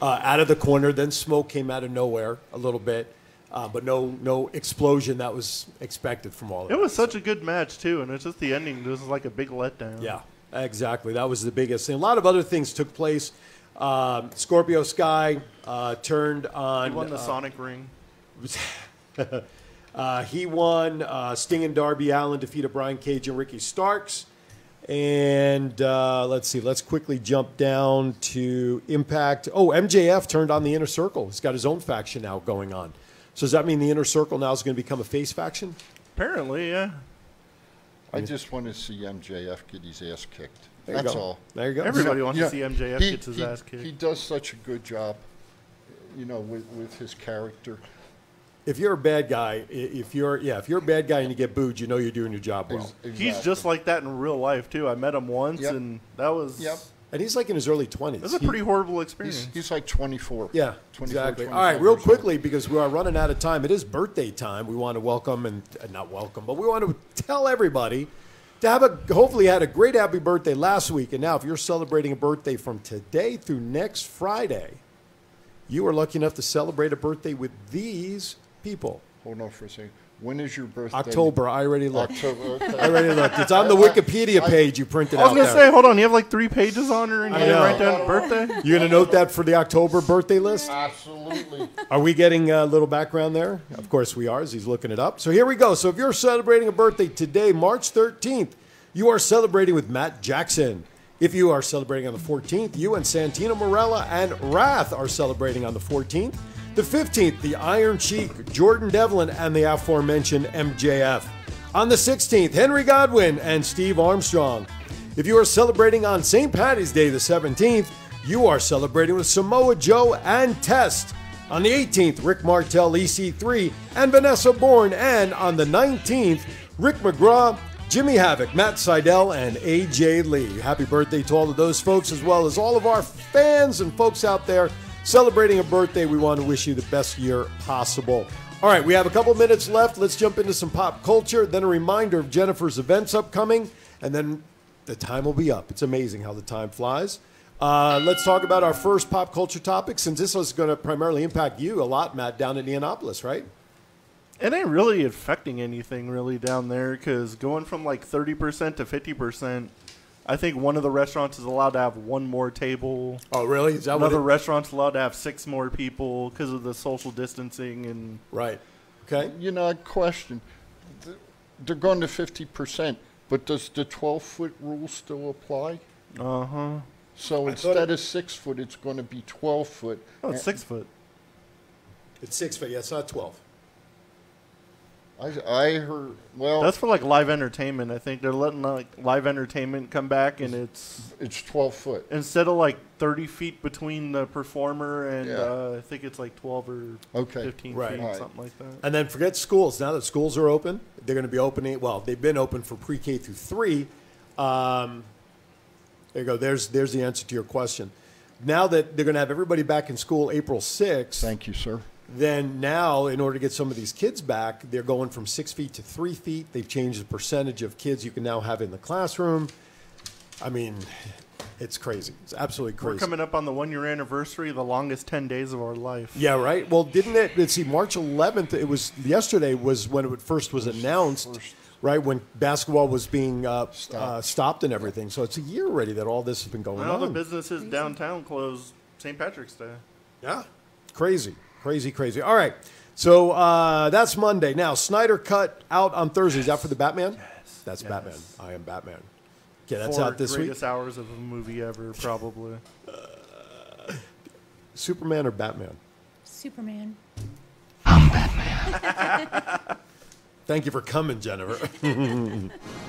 S2: uh, out of the corner. Then smoke came out of nowhere a little bit, uh, but no no explosion that was expected from all of
S3: It was such a good match too, and it's just the ending. This is like a big letdown.
S2: Yeah, exactly. That was the biggest thing. A lot of other things took place. Um, Scorpio Sky uh, turned on.
S3: He won the
S2: uh,
S3: Sonic ring.
S2: uh, he won. Uh, Sting and Darby Allen defeated Brian Cage and Ricky Starks. And uh, let's see. Let's quickly jump down to Impact. Oh, MJF turned on the Inner Circle. He's got his own faction now going on. So does that mean the Inner Circle now is going to become a face faction?
S3: Apparently, yeah.
S5: I just want to see MJF get his ass kicked.
S2: There you
S5: That's
S2: go.
S5: all.
S2: There you go.
S3: Everybody wants to see MJF
S5: he-
S3: gets his
S5: he-
S3: ass kicked.
S5: He does such a good job, you know, with, with his character.
S2: If you're a bad guy, i- if you're yeah, if you're a bad guy and you get booed, you know you're doing your job well.
S3: He's just like that in real life too. I met him once,
S5: Yep.
S3: and that was
S5: Yep.
S2: And he's like in his early 20s.
S3: That's a
S2: He-
S3: pretty horrible
S5: He's,
S3: experience.
S5: he's like 24.
S2: Yeah,
S5: 24,
S2: exactly.
S5: 25
S2: All right, real
S5: years old.
S2: quickly because we are running out of time. It is birthday time. We want to welcome and uh, not welcome, but we want to tell everybody to have a hopefully had a great happy birthday last week. And now, if you're celebrating a birthday from today through next Friday, you are lucky enough to celebrate a birthday with these people.
S5: Hold on for a second. When is your birthday?
S2: October. I already looked.
S5: October. Okay.
S2: I already looked. It's on the
S5: I- I-
S2: Wikipedia
S5: I-
S2: page. You printed
S3: I was
S2: out
S3: gonna
S2: there.
S3: say, hold on, you have like three pages on her, and
S2: I
S3: you didn't
S2: know.
S3: write down birthday.
S2: You're going to note that for the October birthday list?
S5: Absolutely.
S2: Are we getting a little background there? Of course we are, as he's looking it up. So here we go. So if you're celebrating a birthday today, March 13th, you are celebrating with Matt Jackson. If you are celebrating on the 14th, you and Santino Morella and Wrath are celebrating on the 14th. The 15th, the Iron Cheek, Jordan Devlin, and the aforementioned MJF. On the 16th, Henry Godwin and Steve Armstrong. If you are celebrating on St. Patty's Day, the 17th, you are celebrating with Samoa Joe and Test. On the 18th, Rick Martel, EC3, and Vanessa Bourne. And on the 19th, Rick McGraw, Jimmy Havoc, Matt Seidel, and AJ Lee. Happy birthday to all of those folks, as well as all of our fans and folks out there celebrating a birthday. We want to wish you the best year possible. All right, we have a couple minutes left. Let's jump into some pop culture, then a reminder of Jennifer's events upcoming, and then the time will be up. It's amazing how the time flies. Uh, let's talk about our first pop culture topic, since this is going to primarily impact you a lot, Matt, down in Indianapolis, right?
S3: It ain't really affecting anything really down there because going from like 30% to 50%, I think one of the restaurants is allowed to have one more table.
S2: Oh, really? Is that what
S3: Another
S2: it-
S3: restaurant's allowed to have six more people because of the social distancing and.
S2: Right. Okay.
S5: You know, I question. Th- They're going to fifty percent, but does the twelve foot rule still apply?
S3: Uh huh.
S5: So
S2: I thought
S5: instead
S2: it-
S5: of six foot, it's going to be twelve foot.
S3: Oh, it's six foot.
S2: It's six feet. Yeah, it's not 12.
S5: I, I heard. Well,
S3: That's for like live entertainment. I think they're letting like live entertainment come back, and it's
S5: it's twelve foot
S3: instead of like thirty feet between the performer and
S5: Yeah.
S3: uh, I think it's like twelve or fifteen feet, something like that.
S2: And then forget schools. Now that schools are open, they're going to be opening. Well, they've been open for pre-K through three. Um, there you go. There's there's the answer to your question. Now that they're going to have everybody back in school April 6th.
S5: Thank you, sir.
S2: Then now, in order to get some of these kids back, they're going from six feet to three feet. They've changed the percentage of kids you can now have in the classroom. I mean, it's crazy. It's absolutely
S3: We're
S2: crazy.
S3: coming up on the one year anniversary, the longest ten days of our life.
S2: Yeah, right. Well, didn't it? Let's see, March 11th. It was yesterday. Was when it first was announced, right? When basketball was being uh, stopped. Uh, stopped and everything. So it's a year already that all this has been going
S3: And all the
S2: on.
S3: businesses downtown closed St. Patrick's Day.
S2: Yeah. crazy, crazy, crazy. All right. So uh, that's Monday. Now Snyder cut out on Thursday. Is that for the Batman? Yes. That's Batman. I am Batman. Okay, that's
S3: Four
S2: out this week.
S3: greatest hours of a movie ever, probably.
S2: Superman or Batman?
S10: Superman.
S2: Thank you for coming, Jennifer.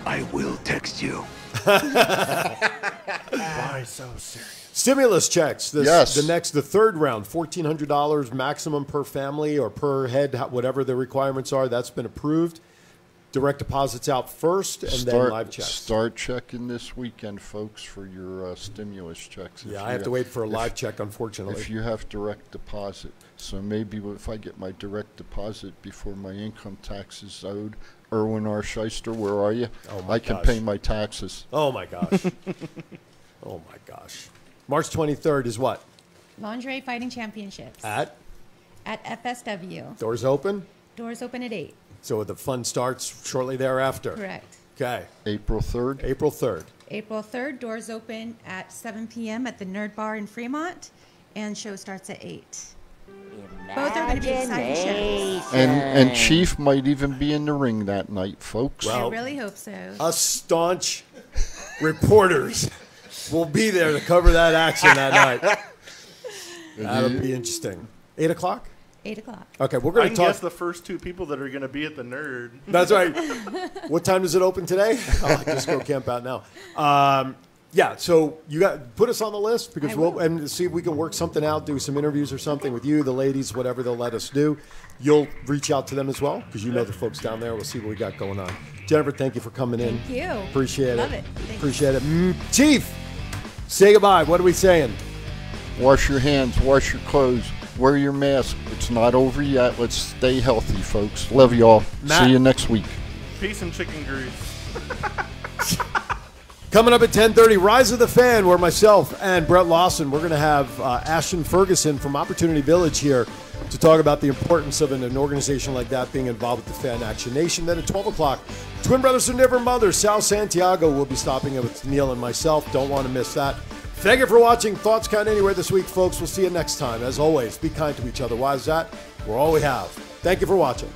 S13: I will text you.
S3: Why so serious?
S2: Stimulus checks. This,
S5: Yes.
S2: The next, the third round, fourteen hundred dollars maximum per family or per head, ho- whatever the requirements are. That's been approved. Direct deposits out first, and then
S5: start,
S2: live checks.
S5: Start checking this weekend, folks, for your uh, stimulus checks.
S2: Yeah,
S5: If
S2: I
S5: you
S2: have to wait for a
S5: if-
S2: live check, unfortunately.
S5: If you have direct deposit, so maybe if I get my direct deposit before my income tax is owed, Erwin R. Shyster, where are you?
S2: Oh, my
S5: I can
S2: gosh.
S5: pay my taxes.
S2: Oh my gosh. oh my gosh. March twenty third is what
S10: Lingerie Fighting Championships
S2: at
S10: at FSW.
S2: doors open,
S10: Doors open at 8.
S2: so the fun starts shortly thereafter.
S10: Correct.
S2: Okay.
S5: April third.
S2: April third.
S10: April 3rd, doors open at 7 p.m. at the Nerd Bar in Fremont, and show starts at 8. Both are going to be exciting shows.
S5: And and Chief might even be in the ring that night, folks.
S10: I really hope so.
S2: us staunch reporters will be there to cover that action that night. That'll be interesting. Eight o'clock.
S10: 8 o'clock.
S2: Okay, we're
S3: Mm-hmm. I
S2: going
S3: can
S2: to
S3: guess
S2: talk.
S3: the first two people that are going to be at the nerd.
S2: That's right. what time does it open today? Oh, I just go camp out now. Um, yeah, so you got put us on the list because
S10: I
S2: we'll
S10: will.
S2: and see if we can work something out, do some interviews or something with you, the ladies, whatever they'll let us do. You'll reach out to them as well because you know the folks down there. We'll see what we got going on. Jennifer, thank you for coming in.
S10: Thank you.
S2: Appreciate
S10: Love
S2: it.
S10: it. Thanks.
S2: Appreciate it. Mm, Chief, say goodbye. What are we saying?
S5: Wash your hands, wash your clothes, wear your mask. It's not over yet. Let's stay healthy, folks. Love y'all.
S2: Matt.
S5: See you next week.
S3: Peace and chicken grease.
S2: Coming up at 10:30, Rise of the Fan, where myself and Brett Lawson, we're going to have uh, Ashton Ferguson from Opportunity Village here to talk about the importance of an, an organization like that being involved with the Fan Action Nation. Then at 12 o'clock, Twin Brothers from Different Mothers, Sal Santiago will be stopping in with Neil and myself. Don't want to miss that. Thank you for watching. Thoughts count anywhere this week, folks. We'll see you next time. As always, be kind to each other. Why is that? We're all we have. Thank you for watching.